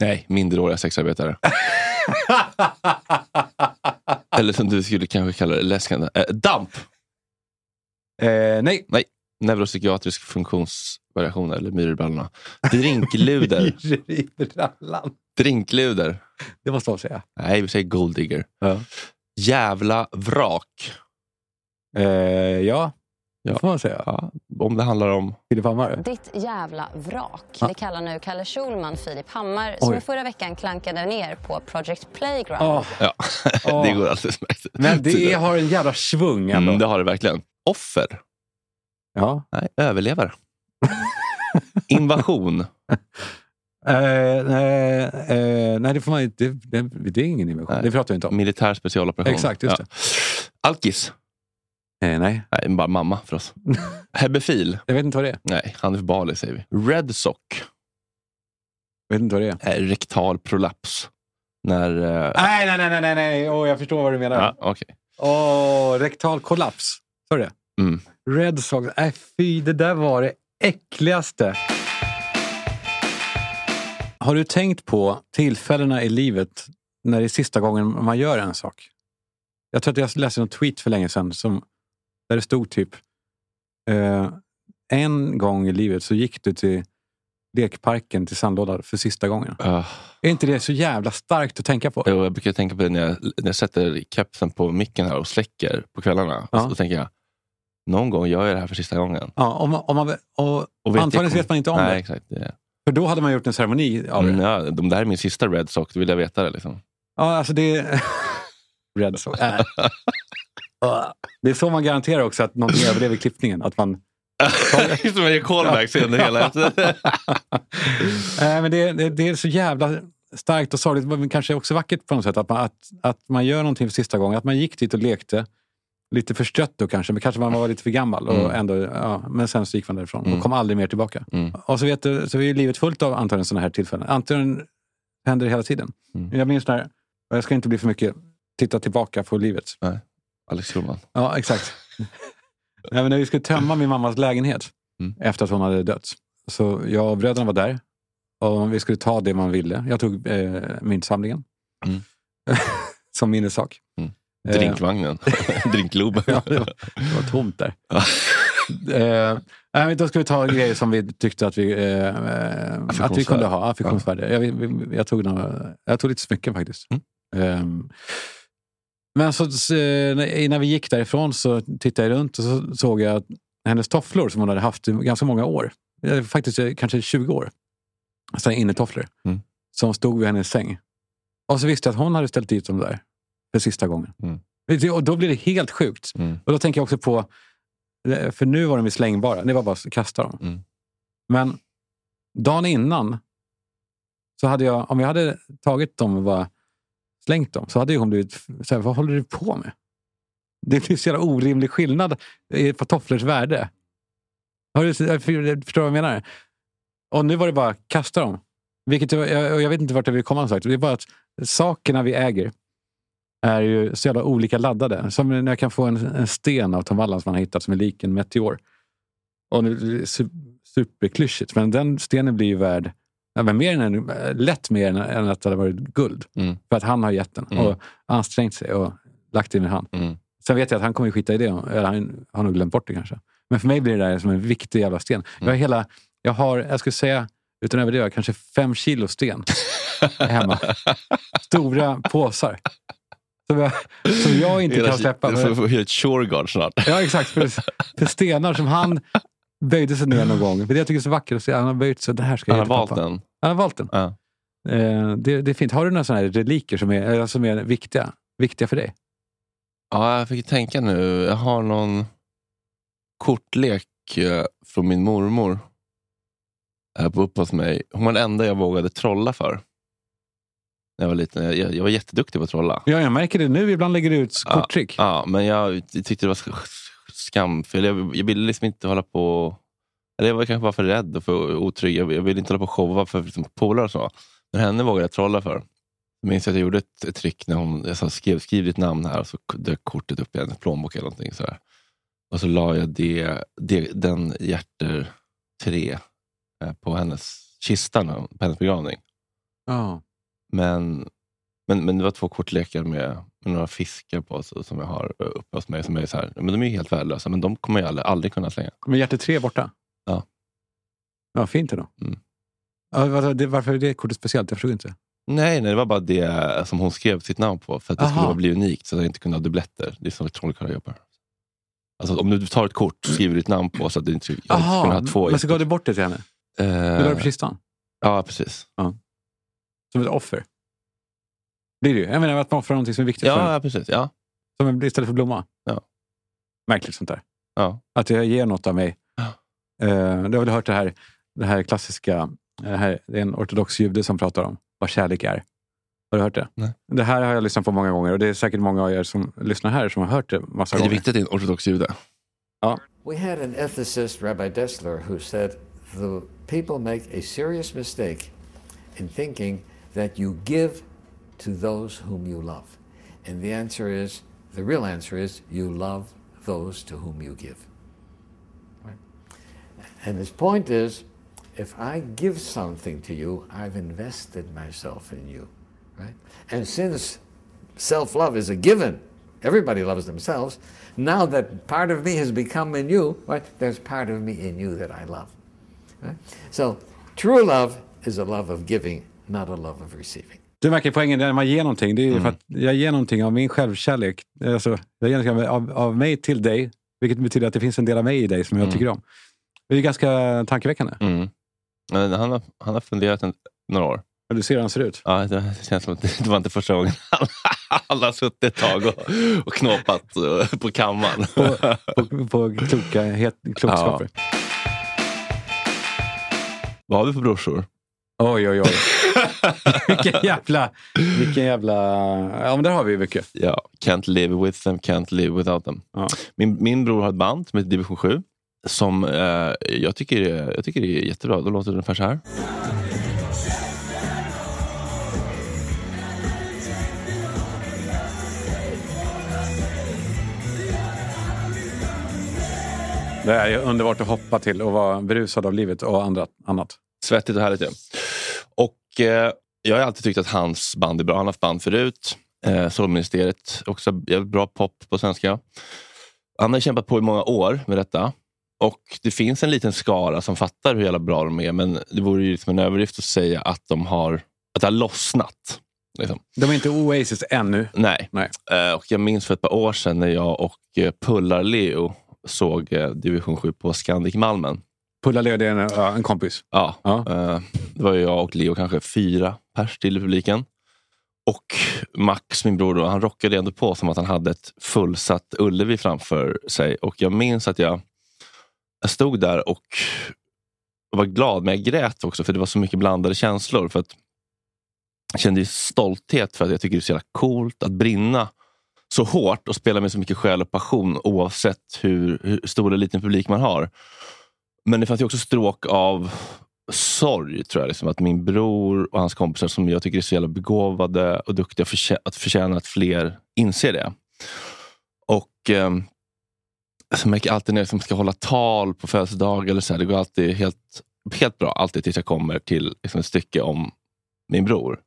Speaker 1: Nej, minderåriga sexarbetare.
Speaker 2: Ah.
Speaker 1: eller som du skulle kanske kalla det, läskande. Eh, damp.
Speaker 2: jag. Eh, nej.
Speaker 1: neuropsykiatrisk funktionsvariation eller myrballarna. Drinkluder.
Speaker 2: I brallan.
Speaker 1: Drinkluder.
Speaker 2: Det måste man säga.
Speaker 1: Nej, vi säger golddigger.
Speaker 2: Ja.
Speaker 1: Jävla vrak.
Speaker 2: Eh, ja, det
Speaker 1: Ja.
Speaker 2: får man säga.
Speaker 1: Ja, om det handlar om...
Speaker 2: Filip Hammar.
Speaker 5: Ditt jävla vrak.
Speaker 2: Ja.
Speaker 5: Det kallar nu Kalle Schulman Filip Hammar som
Speaker 2: Oj.
Speaker 5: förra veckan klankade ner på Project Playground.
Speaker 2: Ja,
Speaker 1: Ja, det
Speaker 2: Åh.
Speaker 1: går alldeles utmärkt.
Speaker 2: Ah. men det är, har en jävla svung ändå.
Speaker 1: mm, det har det verkligen. Offer.
Speaker 2: Ja.
Speaker 1: Nej, överlevare. Invasion.
Speaker 2: Eh, nej, eh, nej, det får man inte. Det, det, det är ingen invasion.
Speaker 1: Nej.
Speaker 2: Det pratar vi inte om.
Speaker 1: Militär specialoperation.
Speaker 2: Exakt, just det.
Speaker 1: Alkis.
Speaker 2: Eh, nej,
Speaker 1: Nej, bara mamma för oss. Hebefil.
Speaker 2: jag vet inte vad det är.
Speaker 1: Nej, Hanif Bali säger vi. Red sock.
Speaker 2: Jag vet inte vad det är.
Speaker 1: Eh, Rektal prolaps. När... eh,
Speaker 2: Nej, nej, nej, nej, nej, nej. Åh, jag förstår vad du menar.
Speaker 1: ja, okej.
Speaker 2: Åh, rektal kollaps. Sa du det?
Speaker 1: Mm.
Speaker 2: Red Sox. Nej, fy. Det där var det äckligaste. Har du tänkt på tillfällena i livet när det är sista gången man gör en sak? Jag tror att jag läste en tweet för länge sedan som, där det stod typ eh, en gång i livet så gick du till lekparken till sandlådan för sista gången.
Speaker 1: Ah.
Speaker 2: Är inte det så jävla starkt att tänka på?
Speaker 1: Jo, jag brukar tänka på det när jag, när jag sätter kepsen på micken här och släcker på kvällarna.
Speaker 2: Ja.
Speaker 1: Så tänker jag, någon gång gör jag det här för sista gången.
Speaker 2: Ja, om man, om man, och
Speaker 1: Och vet
Speaker 2: antagligen
Speaker 1: jag-
Speaker 2: vet man inte om
Speaker 1: Nej,
Speaker 2: det.
Speaker 1: exakt. Det är.
Speaker 2: För då hade man gjort en ceremoni av det.
Speaker 1: Mm, ja, de, det här är min sista Red Sox, då vill jag veta det. Liksom.
Speaker 2: Ja, alltså det... Red sauce. Äh. Det är så man garanterar också att man överlever klippningen. Att man,
Speaker 1: Just det, man gör callbacks under hela...
Speaker 2: äh, men det, det, det är så jävla starkt och sorgligt, men kanske också vackert på något sätt. Att man, att, att man gör någonting för sista gången. Att man gick dit och lekte. Lite förstrött då kanske, men kanske man var lite för gammal. Och ändå, ja, men sen så gick man därifrån och kom aldrig mer tillbaka. Och så, vet du, så är ju livet fullt av antagligen sådana här tillfällen. Antagligen händer det hela tiden. Jag minns när, och jag ska inte bli för mycket, titta tillbaka på livet.
Speaker 1: Nej, Alex Schulman.
Speaker 2: Ja, exakt. Nej, men när vi skulle tömma min mammas lägenhet
Speaker 1: Mm.
Speaker 2: efter att hon hade dött. Så jag och bröderna var där. Och vi skulle ta det man ville. Jag tog eh, myntsamlingen.
Speaker 1: Mm.
Speaker 2: Som minnessak.
Speaker 1: Mm.
Speaker 2: Eh,
Speaker 1: Drinkvagnen. Drinkgloben.
Speaker 2: ja, det, var, det var tomt där. eh, nej, men då skulle vi ta grejer som vi tyckte att vi, eh, eh, att vi kunde ha. Affektionsvärde. Jag, vi- jag, tog några, jag tog lite smycken faktiskt.
Speaker 1: Mm.
Speaker 2: Eh, men så, så, eh, innan vi gick därifrån så tittade jag runt och så såg jag att hennes tofflor som hon hade haft i ganska många år, eh, faktiskt eh, kanske 20 år, alltså innetofflor,
Speaker 1: Mm.
Speaker 2: som stod vid hennes säng. Och så visste jag att hon hade ställt dit dem där för sista gången.
Speaker 1: Mm.
Speaker 2: Vet du, Och då blir det helt sjukt.
Speaker 1: Mm.
Speaker 2: Och då tänker jag också på, eh, för nu var de ju slänggbara, det var bara att kasta dem.
Speaker 1: Mm.
Speaker 2: Men dagen innan, så hade jag, om jag hade tagit dem och bara slängt dem, så hade ju hon blivit så här, vad håller du på med? Det finns så jävla orimlig skillnad i- på tofflors värde. Har du, eh, förstår du vad jag menar? Och nu var det bara kasta dem. Vilket jag, jag, och jag vet inte vart jag vill komma. någonstans. Det är bara att sakerna vi äger är ju så jävla olika laddade. Som när jag kan få en, en sten av Tom Wallan som han har hittat som är lik en meteor. Och nu, det är su- superklyschigt, men den stenen blir ju värd ja, men mer än, en- lätt mer än, än att det hade varit guld.
Speaker 1: Mm.
Speaker 2: För att han har gett den och ansträngt sig och lagt det i min hand.
Speaker 1: Mm.
Speaker 2: Sen vet jag att han kommer ju skita i det. Eller han har nog glömt bort det kanske. Men för mig blir det där som en viktig jävla sten. Jag
Speaker 1: Mm.
Speaker 2: har hela, jag har, jag skulle säga, utan att överdriva, kanske fem kilo sten hemma. Stora påsar. Som jag, som jag inte kan släppa.
Speaker 1: Du
Speaker 2: Men-
Speaker 1: får- får hyra ett shoreguard snart.
Speaker 2: Ja, exakt. För, för stenar som han böjde sig ner någon gång. För det jag tycker är så vackert att se. Han har böjt sig. Det här ska jag
Speaker 1: Han har
Speaker 2: ge till
Speaker 1: valt
Speaker 2: pappa.
Speaker 1: den.
Speaker 2: Han har valt den.
Speaker 1: Ja.
Speaker 2: Eh, det, det är fint. Har du några sådana här reliker som är, eller som är viktiga, viktiga för dig?
Speaker 1: Ja, jag fick tänka nu. Jag har någon kortlek eh, från min mormor här på uppe hos mig. Hon var den enda jag vågade trolla för. När jag var liten. Jag, jag var jätteduktig på att trolla.
Speaker 2: Ja, jag märker det nu. Ibland lägger du ut korttrick.
Speaker 1: Ja, men jag tyckte det var sk- sk- skamfel. Jag, jag ville liksom inte hålla på... Eller jag var kanske bara för rädd och för otrygg. Jag, jag ville inte hålla på och showa för liksom, polare och så. Men henne vågade jag trolla för. Jag minns att jag gjorde ett, ett trick när hon jag sa, skrev, skriv ditt namn här och så k- dök kortet upp i hennes plånbok eller någonting. Så här. Och så la jag det, det, den hjärter tre eh, på hennes kista, när hon- på hennes begravning.
Speaker 2: Ja.
Speaker 1: Men, men, men det var två kortlekar med, med några fiskar på så, som jag har eh, uppe hos mig. Som är så här, men de är ju helt värdelösa, men de kommer jag aldrig, aldrig kunna slänga.
Speaker 2: Men hjärtat tre är borta?
Speaker 1: Ja.
Speaker 2: Ja, fint ändå.
Speaker 1: Mm.
Speaker 2: Ja, vadå, det- Varför är det kortet speciellt? Jag förstod inte.
Speaker 1: Nej, nej, det var bara det eh, som hon skrev sitt namn på för att det
Speaker 2: Aha.
Speaker 1: skulle bli unikt så att jag inte kunde ha dubbletter. Det är som trollkarlar jobbar. Alltså, om du tar ett kort skriver ditt namn på så att du inte, jag inte kunde ha två.
Speaker 2: men så gav du bort det till henne? Du la det
Speaker 1: eh,
Speaker 2: på kistan?
Speaker 1: ja, precis.
Speaker 2: Som ett offer? Blir det ju. Jag menar att man offrar någonting som är viktigt för
Speaker 1: Ja,
Speaker 2: en.
Speaker 1: ja, precis. Ja.
Speaker 2: som en, istället för blomma.
Speaker 1: Ja.
Speaker 2: Märkligt sånt där.
Speaker 1: Ja.
Speaker 2: Att jag ger något av mig.
Speaker 1: Ja.
Speaker 2: Eh, du har väl hört det här, det här klassiska, eh, det, här, det är en ortodox jude som pratar om vad kärlek är. Har du hört det?
Speaker 1: Nej.
Speaker 2: Det här har jag lyssnat på många gånger och det är säkert många av er som lyssnar här som har hört det massa
Speaker 1: Är det
Speaker 2: gånger.
Speaker 1: viktigt att det är en ortodox jude?
Speaker 6: We had an ethicist, Rabbi Dessler, who said the people make a serious mistake in thinking that you give to those whom you love. And the answer is the real answer is you love those to whom you give. Right? And his point is if I give something to you, I've invested myself in you. Right? And since self love is a given. Everybody loves themselves. Now that part of me has become in you, right, there's part of me in you that I love. right? So true love is a love of giving, not a love of receiving.
Speaker 2: Du märker poängen, när man ger någonting, det
Speaker 1: Mm.
Speaker 2: är ju för att jag ger någonting av min självkärlek. Alltså, jag ger någonting av, av mig till dig, vilket betyder att det finns en del av mig i dig som jag tycker om. Det är ganska tankeväckande.
Speaker 1: Mm. Men Han, har, han har funderat en, några år.
Speaker 2: Du ser hur han ser ut.
Speaker 1: Ja, det det känns som att det var inte första gången han, alla suttit ett tag och, och knåpat eh, på kammaren.
Speaker 2: På, på, på kloka, het, klokskaper.
Speaker 1: Vad har vi för brorsor?
Speaker 2: Oj, oj, oj. vilken jävla... Vilken jävla... Ja, men där har vi ju mycket.
Speaker 1: Ja, can't live with them, can't live without them.
Speaker 2: Ja.
Speaker 1: Min, min bror har ett band som heter Division 7. Som eh, jag, tycker, är- jag tycker är jättebra. De låter ungefär så här.
Speaker 2: Det är ju underbart att hoppa till och vara berusad av livet och andra, annat.
Speaker 1: Svettigt och härligt. Ja. Och, eh, jag har alltid tyckt att hans band är bra. Han har haft band förut. Eh, Solministeriet, också jävligt bra pop på svenska. Han har kämpat på i många år med detta. Och Det finns en liten skara som fattar hur jävla bra de är, men det vore ju liksom en överdrift att säga att de har, att det har lossnat. Liksom.
Speaker 2: De är inte Oasis ännu.
Speaker 1: Nej.
Speaker 2: Nej.
Speaker 1: Eh, och jag minns för ett par år sedan när jag och eh, Pullar-Leo såg eh, Division 7 på Scandic Malmen.
Speaker 2: Pulla Leo, det är en, ja, en kompis.
Speaker 1: Ja.
Speaker 2: Ja.
Speaker 1: Eh, det var ju jag och Leo, kanske fyra pers till i publiken. Och Max, min bror, då, han rockade ändå på som att han hade ett fullsatt Ullevi framför sig. Och jag minns att jag, jag stod där och var glad, men jag grät också för det var så mycket blandade känslor. För att jag kände ju stolthet för att jag tycker det är så jävla coolt att brinna så hårt och spela med så mycket själ och passion oavsett hur, hur stor eller liten publik man har. Men det fanns ju också stråk av sorg, tror jag. Liksom, att min bror och hans kompisar, som jag tycker är så jävla begåvade och duktiga, förtjä- att förtjäna att fler inser det. Och ehm, alltså, jag märker alltid när jag liksom ska hålla tal på födelsedag, eller så här, det går alltid helt, helt bra. Alltid tills jag kommer till liksom, ett stycke om min bror.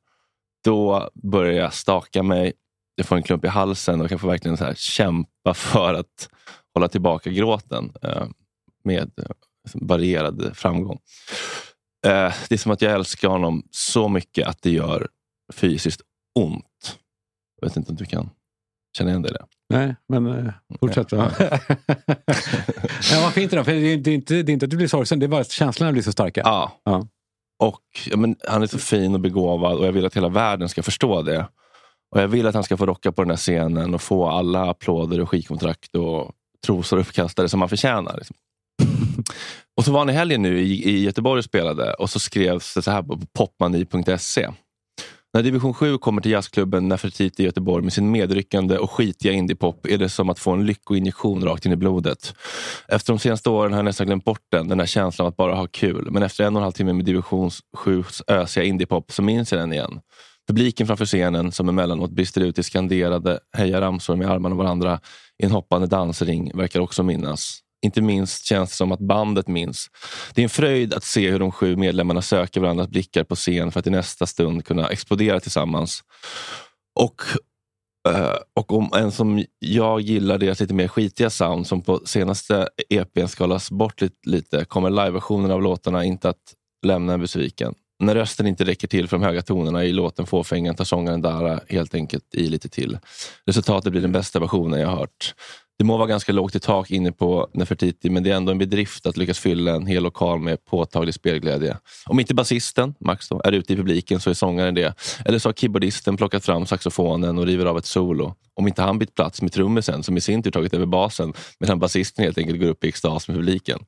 Speaker 1: Då börjar jag staka mig, jag får en klump i halsen och jag får verkligen så här, kämpa för att hålla tillbaka gråten. Eh, med eh, varierad framgång. Eh, det är som att jag älskar honom så mycket att det gör fysiskt ont. Jag vet inte om du kan känna igen dig i det.
Speaker 2: Nej, men eh, fortsätt.
Speaker 1: Ja.
Speaker 2: Ja. ja, vad fint det är, för det är, det, är inte, det är inte att du blir sorgsen, det är bara att känslorna blir så starka. Mm,
Speaker 1: Ja.
Speaker 2: Ja.
Speaker 1: Och, ja, men, han är så fin och begåvad och jag vill att hela världen ska förstå det. Och Jag vill att han ska få rocka på den här scenen och få alla applåder och skivkontrakt och trosor uppkastade som han förtjänar. Liksom. och så var han i helgen nu i, i Göteborg och spelade och så skrevs det så här på popmani.se. När division 7 kommer till jazzklubben Nefertiti i Göteborg med sin medryckande och skitiga indiepop är det som att få en lyckoinjektion rakt in i blodet. Efter de senaste åren har jag nästan glömt bort den, den här känslan av att bara ha kul. Men efter en och en halv timme med division 7s ösiga indiepop så minns jag den igen. Publiken framför scenen som emellanåt brister ut i skanderade hejaramsor med armarna om varandra i en hoppande dansring verkar också minnas. Inte minst känns det som att bandet minns. Det är en fröjd att se hur de sju medlemmarna söker varandras blickar på scen för att i nästa stund kunna explodera tillsammans. Och, eh, och om en som jag gillar deras lite mer skitiga sound som på senaste EPn skalas bort lite, lite kommer liveversionen av låtarna inte att lämna en besviken. När rösten inte räcker till för de höga tonerna i låten Fåfängan tar sångaren Dara helt enkelt i lite till. Resultatet blir den bästa versionen jag har hört. Det må vara ganska lågt i tak inne på Nefertiti, men det är ändå en bedrift att lyckas fylla en hel lokal med påtaglig spelglädje. Om inte basisten, Max, då, är ute i publiken så är sångaren det. Eller så har keyboardisten plockat fram saxofonen och river av ett solo. Om inte han bytt plats med trummisen, som i sin tur tagit över basen, medan basisten helt enkelt går upp i extas med publiken.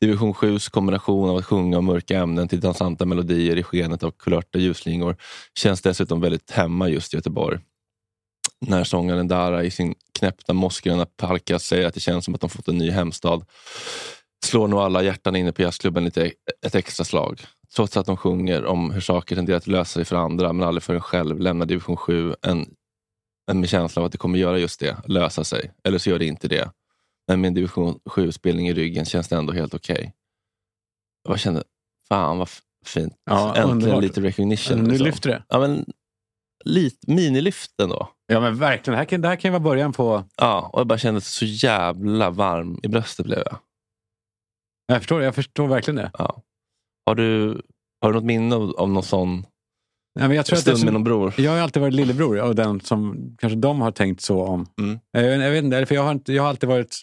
Speaker 1: Division 7s kombination av att sjunga om mörka ämnen till dansanta melodier i skenet av kulörta ljusslingor känns dessutom väldigt hemma just i Göteborg när sångaren Dara i sin knäppta mossgröna parkas säger att det känns som att de fått en ny hemstad slår nog alla hjärtan inne på jazzklubben lite ett extra slag. Trots att de sjunger om hur saker tenderar att lösa sig för andra men aldrig för en själv lämnar division 7 en, en med känslan av att det kommer göra just det, lösa sig. Eller så gör det inte det. Men med en division 7-spelning i ryggen känns det ändå helt okej. Jag bara kände, fan vad f- fint.
Speaker 2: Ja,
Speaker 1: Äntligen
Speaker 2: underbart.
Speaker 1: lite recognition.
Speaker 2: nu
Speaker 1: liksom.
Speaker 2: lyfter det.
Speaker 1: ja, men, lite, minilyft ändå.
Speaker 2: Ja, men verkligen. Det här kan, det här kan ju vara början på...
Speaker 1: Ja, och jag bara kände så jävla varm i bröstet blev jag.
Speaker 2: Jag förstår, jag förstår verkligen det.
Speaker 1: Ja. Har, du, har du något minne av, av någon sån
Speaker 2: Ja, men jag, tror att
Speaker 1: stund
Speaker 2: det
Speaker 1: med
Speaker 2: som,
Speaker 1: någon bror?
Speaker 2: jag har ju alltid varit lillebror och den som kanske de har tänkt så om.
Speaker 1: Mm.
Speaker 2: Eh, Jag, jag vet inte, för jag har, inte, jag har alltid varit...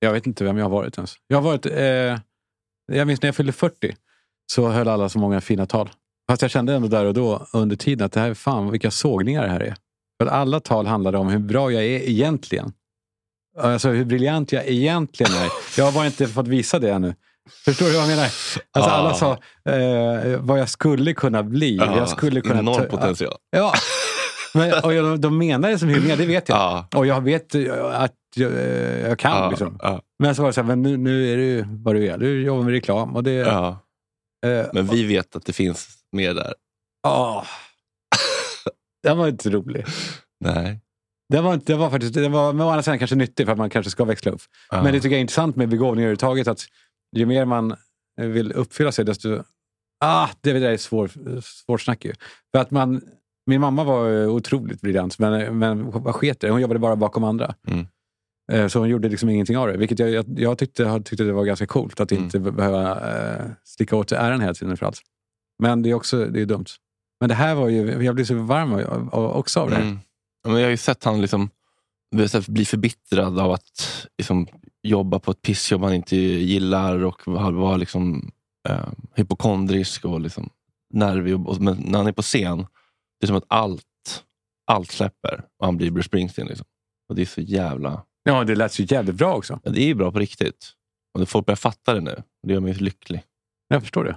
Speaker 2: Jag vet inte vem jag har varit ens. Jag har varit... Eh, jag minns när jag fyllde 40 så höll alla så många fina tal. Fast jag kände ändå där och då under tiden att det här, fan vilka sågningar det här är. För att alla tal handlade om hur bra jag är egentligen. Alltså hur briljant jag egentligen är. Jag har bara inte fått visa det ännu. Förstår du vad jag menar? Alltså alla
Speaker 1: Ah.
Speaker 2: sa eh, vad jag skulle kunna bli. jag skulle kunna
Speaker 1: Enorm
Speaker 2: ta-
Speaker 1: potential.
Speaker 2: Ja. Men, och jag, de menar det som hyllningar, det vet jag.
Speaker 1: Ja.
Speaker 2: Och jag vet eh, att jag, eh, jag kan.
Speaker 1: Ja,
Speaker 2: Liksom.
Speaker 1: ja,
Speaker 2: Men så var det så här, men nu, nu är du vad du är. Du jobbar med reklam. Och det,
Speaker 1: ja.
Speaker 2: eh,
Speaker 1: Men vi vet att det finns mer där.
Speaker 2: ah. Den var inte rolig.
Speaker 1: Nej.
Speaker 2: Den var, inte- den var faktiskt, den var, men å andra sidan kanske nyttig för att man kanske ska växla upp.
Speaker 1: Ja.
Speaker 2: Men det tycker jag är intressant med begåvning överhuvudtaget. Att ju mer man eh, vill uppfylla sig, desto... Ah, det där är svår, svårt snack ju. För att man, min mamma var eh, otroligt briljant, men, eh, men vad sket det? Hon jobbade bara bakom andra.
Speaker 1: Mm.
Speaker 2: Eh, Så hon gjorde liksom ingenting av det. Vilket jag, jag, jag tyckte, jag tyckte det var ganska coolt
Speaker 1: Mm.
Speaker 2: att inte be- behöva eh, sticka åt sig äran hela tiden för allt. Men det är också det är dumt. Men det här var ju, jag blev så varm av- av, av, också av det.
Speaker 1: Mm. Ja, Men jag har ju sett han liksom, du vet, så här, bli förbittrad av att liksom, jobba på ett pissjobb han inte gillar och ha- vara liksom, eh, hypokondrisk och liksom, nervig. Och, och- men när han är på scen, det är som att allt, allt släpper och han blir Bruce Springsteen. Liksom. Och det är så jävla...
Speaker 2: Ja, det lät ju jävligt bra också.
Speaker 1: Ja, det är ju bra på riktigt. Och det- folk börjar fatta det nu. Det gör mig så lycklig.
Speaker 2: Jag förstår det.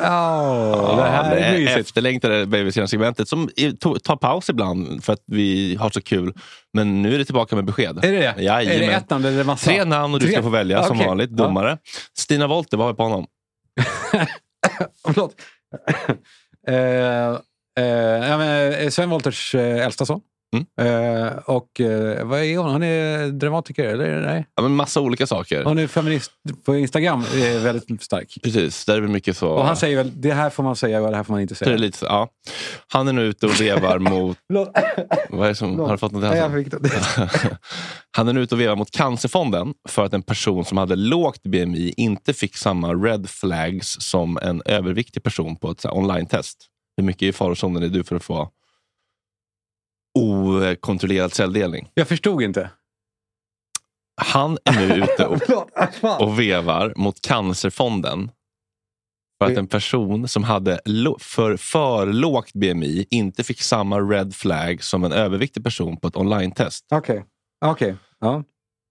Speaker 2: Oh, det här är mysigt.
Speaker 1: efterlängtade Babysittaren-segmentet som i- to- tar paus ibland för att vi har så kul. Men nu är det tillbaka med besked.
Speaker 2: Är det det?
Speaker 1: Jajamän.
Speaker 2: Är det ett namn eller är det massa?
Speaker 1: Tre namn och du ska
Speaker 2: Tre?
Speaker 1: få välja som
Speaker 2: Okej.
Speaker 1: vanligt.
Speaker 2: Ja.
Speaker 1: Domare. Stina Wollter, vad har vi på honom?
Speaker 2: Förlåt. Eh, eh, ja, men, eh, Sven Wolters eh, äldsta son. Eh, och eh, vad är hon? Hon är dramatiker, eller? Nej.
Speaker 1: Ja, men massa olika saker.
Speaker 2: Hon är feminist på Instagram. Är väldigt stark.
Speaker 1: Precis, där är det mycket så...
Speaker 2: Och han säger väl, det här får man säga och det här får man inte
Speaker 1: Så är det
Speaker 2: säga.
Speaker 1: lite så, ja. Han är nu ute och vevar mot...
Speaker 2: Förlåt.
Speaker 1: Vad är det som, har du fått något i
Speaker 2: Nej, jag
Speaker 1: halsen?
Speaker 2: fick det.
Speaker 1: Han är nu ute och vevar mot Cancerfonden för att en person som hade lågt BMI inte fick samma red flags som en överviktig person på ett så här online-test. Hur mycket i farozonen är du för att få okontrollerad celldelning?
Speaker 2: Jag förstod inte.
Speaker 1: Han är nu ute och,
Speaker 2: Förlåt. Ah, fan.
Speaker 1: och vevar mot Cancerfonden för att en person som hade lo- för, för lågt BMI inte fick samma red flag som en överviktig person på ett online-test.
Speaker 2: Okej. Okej. Ja.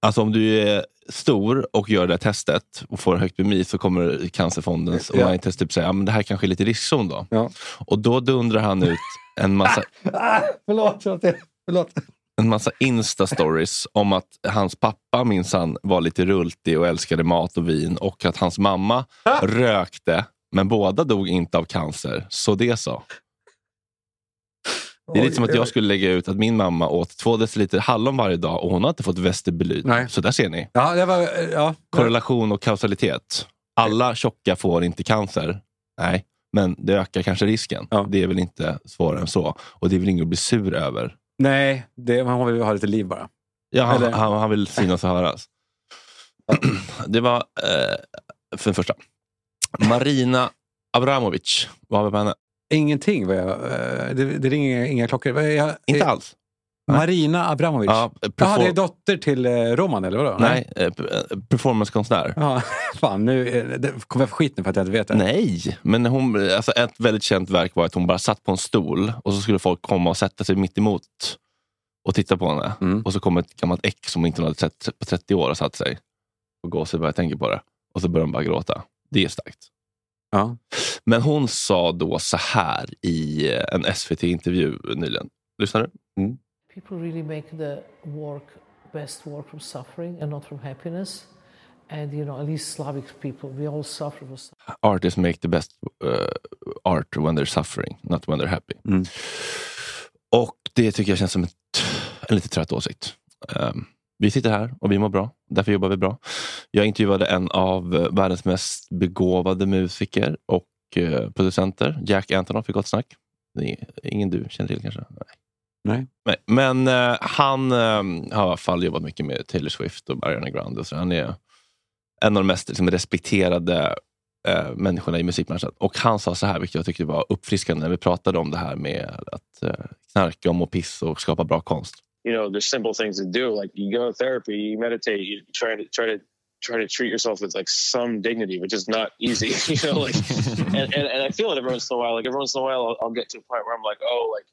Speaker 1: Alltså om du är stor och gör det här testet och får högt BMI så kommer Cancerfondens
Speaker 2: Ja.
Speaker 1: online-test typ säga att det här kanske är lite riskzon då.
Speaker 2: ja.
Speaker 1: Och då dundrar han ut en massa,
Speaker 2: Ah, förlåt. Förlåt. förlåt.
Speaker 1: en massa Insta-stories om att hans pappa minsann var lite rultig och älskade mat och vin och att hans mamma rökte. Men båda dog inte av cancer, så det så. Det är lite som att jag skulle lägga ut att min mamma åt två deciliter hallon varje dag och hon har inte fått vestibulit.
Speaker 2: Nej.
Speaker 1: Så där ser ni.
Speaker 2: Ja, det var... eh, Ja.
Speaker 1: Korrelation och kausalitet. Alla tjocka får inte cancer. Nej, men det ökar kanske risken.
Speaker 2: Ja.
Speaker 1: Det är väl inte svårare än så. Och det är väl inget att bli sur över.
Speaker 2: Nej, det, man vill ha lite liv bara.
Speaker 1: Ja, han,
Speaker 2: Eller-
Speaker 1: han, han vill synas och höras. Det var eh, för den första. Marina Abramovic. Vad har vi på henne?
Speaker 2: Ingenting. Vad jag, eh, det, det ringer inga, inga klockor. Vad jag,
Speaker 1: Inte
Speaker 2: eh,
Speaker 1: alls.
Speaker 2: Marina Abramovic.
Speaker 1: Ja,
Speaker 2: Ja,
Speaker 1: perfor-
Speaker 2: det är dotter till eh, Roman, eller vadå?
Speaker 1: Nej, eh, p- eh, performancekonstnär.
Speaker 2: Ja, fan, nu eh, det- kommer jag få skit nu för att jag inte vet det.
Speaker 1: Nej, men hon, alltså ett väldigt känt verk var att hon bara satt på en stol och så skulle folk komma och sätta sig mitt emot och titta på henne.
Speaker 2: Mm.
Speaker 1: Och så kom ett gammalt ex som hon inte hade sett på 30 år och satt sig. Och gåshud bara jag tänker på det. Och så började hon bara gråta. Det är starkt.
Speaker 2: Ja.
Speaker 1: Men hon sa då så här i en SVT-intervju nyligen. Lyssnar du?
Speaker 7: People really make the work, best work from suffering and not from happiness. And, you know, at least Slavic people, we all suffer from
Speaker 1: Artists make the best eh, art when they're suffering, not when they're happy.
Speaker 2: Mm.
Speaker 1: Och det tycker jag känns som ett, en lite trött åsikt. Ehm, vi sitter här och vi mår bra. Därför jobbar vi bra. Jag intervjuade en av eh, världens mest begåvade musiker och eh, producenter. Jack Antonoff i Gott Snack. Det är ingen du känner till kanske?
Speaker 2: Nej.
Speaker 1: Nej, men eh, han eh, har i alla fall jobbat mycket med Taylor Swift och Ariana Grande. och Så han är en av de mest liksom, respekterade eh, människorna i musikbranschen. Och han sa så här, vilket jag tyckte var uppfriskande när vi pratade om det här med att eh, knarka om och piss och skapa bra konst.
Speaker 8: you know there's simple things to do like you go to therapy you meditate you try to try to try to treat yourself with like some dignity which is not easy you know like and, and, and i feel it every once in a while like every once in a while I'll, I'll get to a point where i'm like oh like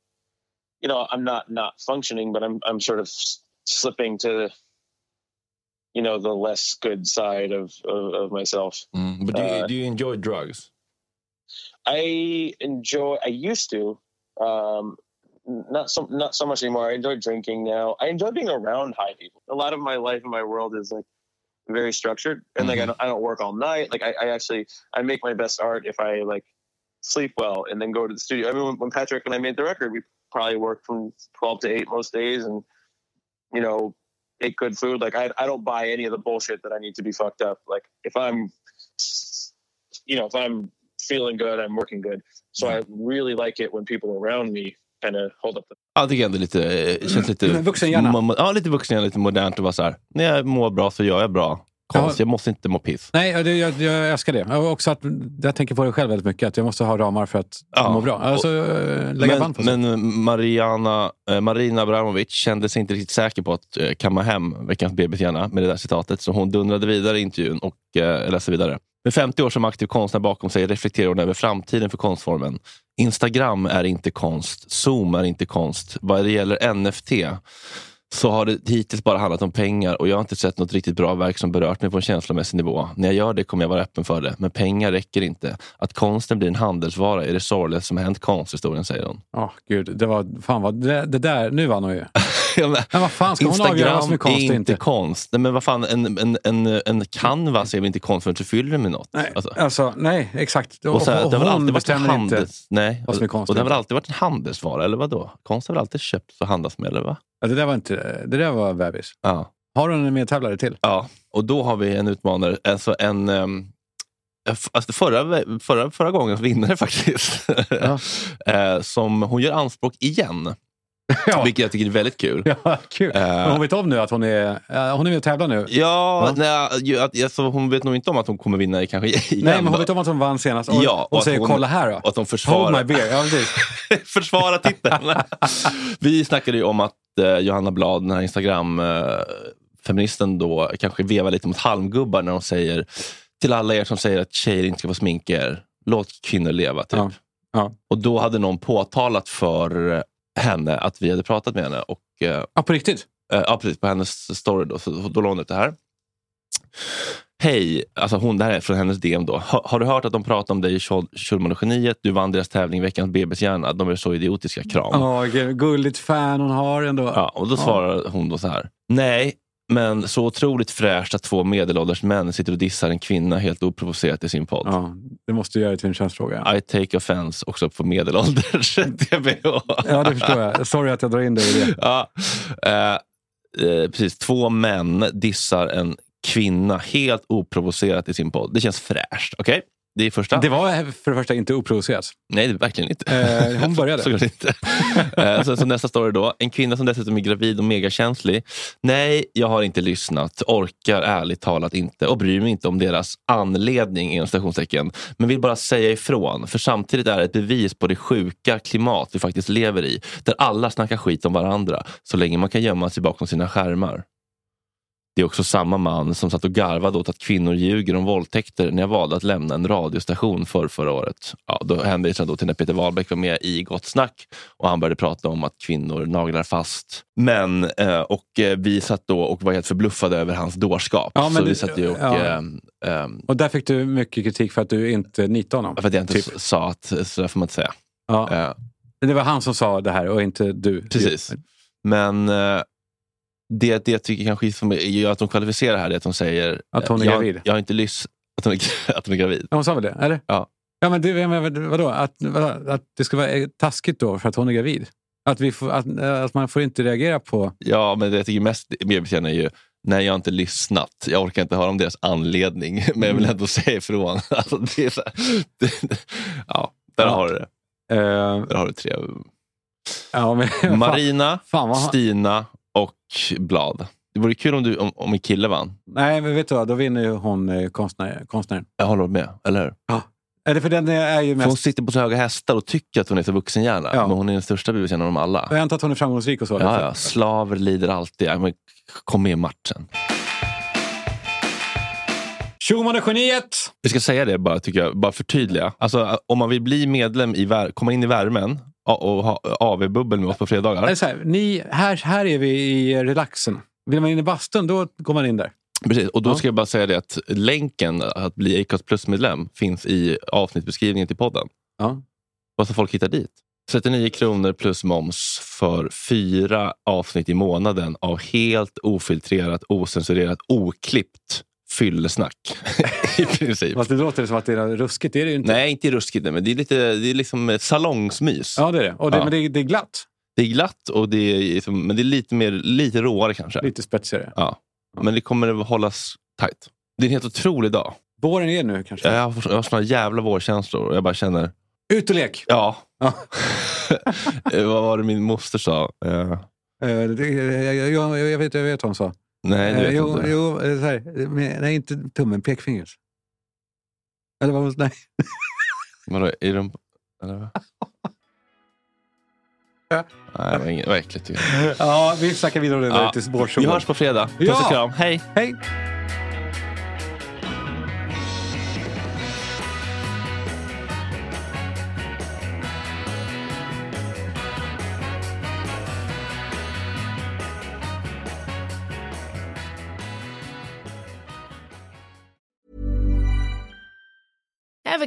Speaker 8: you know i'm not not functioning but i'm i'm sort of s- slipping to you know the less good side of of, of myself
Speaker 1: But
Speaker 8: do
Speaker 2: Eh.
Speaker 8: you- do
Speaker 1: enjoy drugs?
Speaker 8: I enjoy. I used to, um, not so not so much anymore. I enjoy drinking now. I enjoy being around high people. A lot of my life and my world is like very structured, and like I don't I don't work all night. Like I, I actually I make my best art if I like sleep well and then go to the studio. I mean, when, when Patrick and I made the record, we probably worked from twelve to eight most days, and you know, ate good food. Like I I don't buy any of the bullshit that I need to be fucked up. Like if I'm you know, if I'm feeling good, I'm working good. So I really like it when people around me kind of hold up the
Speaker 1: Jag tycker ändå lite, eh, känns lite...
Speaker 2: Mm, vuxenhjärna.
Speaker 1: mo- mo- Ja, lite vuxenhjärna, lite modernt. Och bara så här, när jag mår bra så gör jag bra konst.
Speaker 2: Ja.
Speaker 1: Jag måste inte må piss.
Speaker 2: Nej, jag, jag, jag älskar det. Och också att, jag tänker på det själv väldigt mycket, att jag måste ha ramar för att
Speaker 1: Ja.
Speaker 2: må bra. Alltså, eh, lägga band på sig.
Speaker 1: men, men Mariana, eh, Marina Abramovic kände sig inte riktigt säker på att eh, kamma hem veckans bebishjärna med det där citatet. Så hon dundrade vidare i intervjun och eh, läste vidare. Med 50 år som aktiv konstnär bakom sig reflekterar hon över framtiden för konstformen. Instagram är inte konst, Zoom är inte konst. Vad det gäller NFT så har det hittills bara handlat om pengar och jag har inte sett något riktigt bra verk som berört mig på en känslomässig nivå. När jag gör det kommer jag vara öppen för det, men pengar räcker inte. Att konsten blir en handelsvara är det sorgligaste som har hänt konsthistorien, säger hon.
Speaker 2: Ja, gud. Det var, fan vad, det, det där, nu vann hon ju.
Speaker 1: Ja, men-
Speaker 2: Men vad fan, ska hon avgöra vad som är konst och
Speaker 1: inte,
Speaker 2: inte?
Speaker 1: konst. Nej, men vad fan, en, en, en, en canvas är väl inte konst förrän du fyller den med något?
Speaker 2: Nej,
Speaker 1: Alltså.
Speaker 2: alltså, nej exakt.
Speaker 1: Och så här, det har väl
Speaker 2: hon
Speaker 1: alltid varit en
Speaker 2: bestämmer inte.
Speaker 1: handels... Nej.
Speaker 2: vad som är konst
Speaker 1: och det har
Speaker 2: och
Speaker 1: väl alltid varit en handelsvara, eller vadå? Konst har väl alltid köpts och handlats med, eller va?
Speaker 2: Ja, det där var inte, det där var bebis.
Speaker 1: Ja.
Speaker 2: Har hon en medtävlare till?
Speaker 1: ja. Och då har vi en utmanare, alltså en... ehm, f- Alltså förra, ve- förra, förra gångens vinnare faktiskt.
Speaker 2: Ja.
Speaker 1: Eh, som hon gör anspråk igen,
Speaker 2: Ja,
Speaker 1: vilket jag tycker är väldigt kul.
Speaker 2: ja kul.
Speaker 1: Eh.
Speaker 2: Men hon vet om nu att hon är, eh, hon är med och tävlar nu.
Speaker 1: Ja,
Speaker 2: Va?
Speaker 1: nej, ju, att, alltså, hon vet nog inte om att hon kommer vinna i- kanske igen.
Speaker 2: Nej, men
Speaker 1: då.
Speaker 2: hon vet om att hon vann senast. Och,
Speaker 1: Ja, och
Speaker 2: hon
Speaker 1: att
Speaker 2: säger
Speaker 1: hon-
Speaker 2: kolla här då.
Speaker 1: Och att de
Speaker 2: Hold my
Speaker 1: försvarar,
Speaker 2: beer. Ja, precis.
Speaker 1: försvarar titeln. Vi snackade ju om att eh, Johanna Blad, den här Instagram-feministen, då kanske vevar lite mot halmgubbar när hon säger till alla er som säger att tjejer inte ska få sminka er, låt kvinnor leva. Typ.
Speaker 2: Ja, ja.
Speaker 1: Och då hade någon påtalat för henne att vi hade pratat med henne och eh,
Speaker 2: ja, på riktigt.
Speaker 1: Eh, Ja, precis. På hennes story då. Så då la hon ut det här. Hej, alltså hon, det här är från hennes DM då. Ha, har du hört att de pratar om dig i Schul- Schulman och geniet? Du vann deras tävling Veckans bebishjärna. De är så idiotiska. Kram.
Speaker 2: Ja, gulligt fan hon har ändå.
Speaker 1: Ja, och då svarar hon då så här. Nej, men så otroligt fräscht att två medelålders män sitter och dissar en kvinna helt oprovocerat i sin podd.
Speaker 2: Ja, det måste du göra till en könsfråga.
Speaker 1: I take offense också på medelålders TBH.
Speaker 2: Ja, det förstår jag. Sorry att jag drar in dig i det.
Speaker 1: Ja, eh, eh, precis. Två män dissar en kvinna helt oprovocerat i sin podd. Det känns fräscht. Okej? Det är första.
Speaker 2: Det var för det första inte oprovocerat.
Speaker 1: Nej, det är verkligen inte.
Speaker 2: Eh, hon började.
Speaker 1: Såklart inte. Eh, Sen så nästa story då. En kvinna som dessutom är gravid och megakänslig. Nej, jag har inte lyssnat, orkar ärligt talat inte och bryr mig inte om deras anledning inom citationstecken. Men vill bara säga ifrån, för samtidigt är det ett bevis på det sjuka klimat vi faktiskt lever i. Där alla snackar skit om varandra så länge man kan gömma sig bakom sina skärmar. Det är också samma man som satt och garvade åt att kvinnor ljuger om våldtäkter när jag valde att lämna en radiostation för förra året. Ja, då hänvisade han då till när Peter Wahlbeck var med i Gott Snack och han började prata om att kvinnor naglar fast män. Eh, och eh, vi satt då och var helt förbluffade över hans dårskap.
Speaker 2: Ja, men
Speaker 1: Så vi
Speaker 2: det-
Speaker 1: satt ju och...
Speaker 2: ja.
Speaker 1: ehm, ehm,
Speaker 2: Och där fick du mycket kritik för att du inte nitade honom.
Speaker 1: för att jag inte s- sa att sådär får man inte säga.
Speaker 2: Typ. Ja.
Speaker 1: Eh,
Speaker 2: Det var han som sa det här och inte du.
Speaker 1: Precis. Men eh, det, det jag tycker kanske som gör att hon kvalificerar här är att hon säger
Speaker 2: Att hon är
Speaker 1: eh, jag,
Speaker 2: gravid.
Speaker 1: Jag har inte lyss... Att hon är, att hon är gravid.
Speaker 2: Ja, hon sa väl det? Eller?
Speaker 1: Ja.
Speaker 2: Ja, men det, men vadå? Att, vadå? att det ska vara eh, taskigt då för att hon är gravid? Att, vi får, att, eh, att man får inte reagera på...
Speaker 1: Ja, men det jag tycker mest medbeteende är ju Nej, jag har inte lyssnat. Jag orkar inte höra om deras anledning, men
Speaker 2: Mm.
Speaker 1: jag vill ändå säga ifrån. Alltså, det är så här, det, ja, där har du det.
Speaker 2: eh,
Speaker 1: Där har du tre.
Speaker 2: ja, men,
Speaker 1: Marina,
Speaker 2: fan vad-
Speaker 1: Stina och Blad. Det vore kul om, du, om, om en kille vann.
Speaker 2: Nej, men vet du vad? Då vinner ju hon eh, konstnär, konstnären.
Speaker 1: Jag håller med, eller hur?
Speaker 2: Eller för den eh, är ju
Speaker 1: För hon
Speaker 2: mest...
Speaker 1: sitter på så höga hästar och tycker att hon är så vuxenhjärna.
Speaker 2: Ja.
Speaker 1: Men hon är den största busen av dem alla.
Speaker 2: Jag antar att hon är framgångsrik och så. liksom.
Speaker 1: Ja, ja. Slaver lider alltid. Ja, men kom med i matchen.
Speaker 2: Schumann och geniet!
Speaker 1: Vi ska säga det bara, tycker jag, bara förtydliga. Alltså, om man vill bli medlem, i vär- komma in i värmen a- och ha AV-bubbel med oss på
Speaker 2: Eller
Speaker 1: fredagar.
Speaker 2: så här, ni, här, här är vi i relaxen. Vill man in i bastun, då går man in där.
Speaker 1: Precis. Och då
Speaker 2: Ja.
Speaker 1: ska jag bara säga det att länken att bli Acast Plus-medlem finns i avsnittbeskrivningen till podden.
Speaker 2: Ja.
Speaker 1: Vad ska folk hitta dit? 39 kronor plus moms för fyra avsnitt i månaden av helt ofiltrerat, ocensurerat, oklippt fyllesnack. I princip.
Speaker 2: Fast det låter som att det är ruskigt. Det är det ju inte.
Speaker 1: Nej, inte ruskigt, men det är lite det är liksom salongsmys.
Speaker 2: Ja, det är det. Och det,
Speaker 1: Ja.
Speaker 2: Men det, är- det är glatt.
Speaker 1: Det är glatt, och det är, liksom- men det är lite, mer, lite råare kanske.
Speaker 2: Lite spetsigare.
Speaker 1: Ja. Men det kommer att hållas tight. Det är en helt otrolig dag.
Speaker 2: Våren är nu kanske.
Speaker 1: Jag har, jag har såna jävla vårkänslor och jag bara känner,
Speaker 2: Ut och lek!
Speaker 1: ja.
Speaker 2: Ja.
Speaker 1: Eh, Vad var det min moster sa? Eh,
Speaker 2: Eh, det- jag, jag, jag, jag vet jag vet vad hon sa.
Speaker 1: nej, det
Speaker 2: Eh,
Speaker 1: vet jag
Speaker 2: jo,
Speaker 1: inte.
Speaker 2: jo, eh, så här, men, nej, inte tummen, pekfingret. Eller vad, nej.
Speaker 1: Vadå, är de... Eller vad?
Speaker 2: Ja.
Speaker 1: Nej, det var inget- det var äckligt. tycker jag.
Speaker 2: Ja, vi snackar vidare om det där
Speaker 1: Ja.
Speaker 2: till
Speaker 1: Vi
Speaker 2: vårsolen.
Speaker 1: hörs på fredag. Puss
Speaker 2: Ja.
Speaker 1: och kram. Hej!
Speaker 2: Hej!
Speaker 9: Ever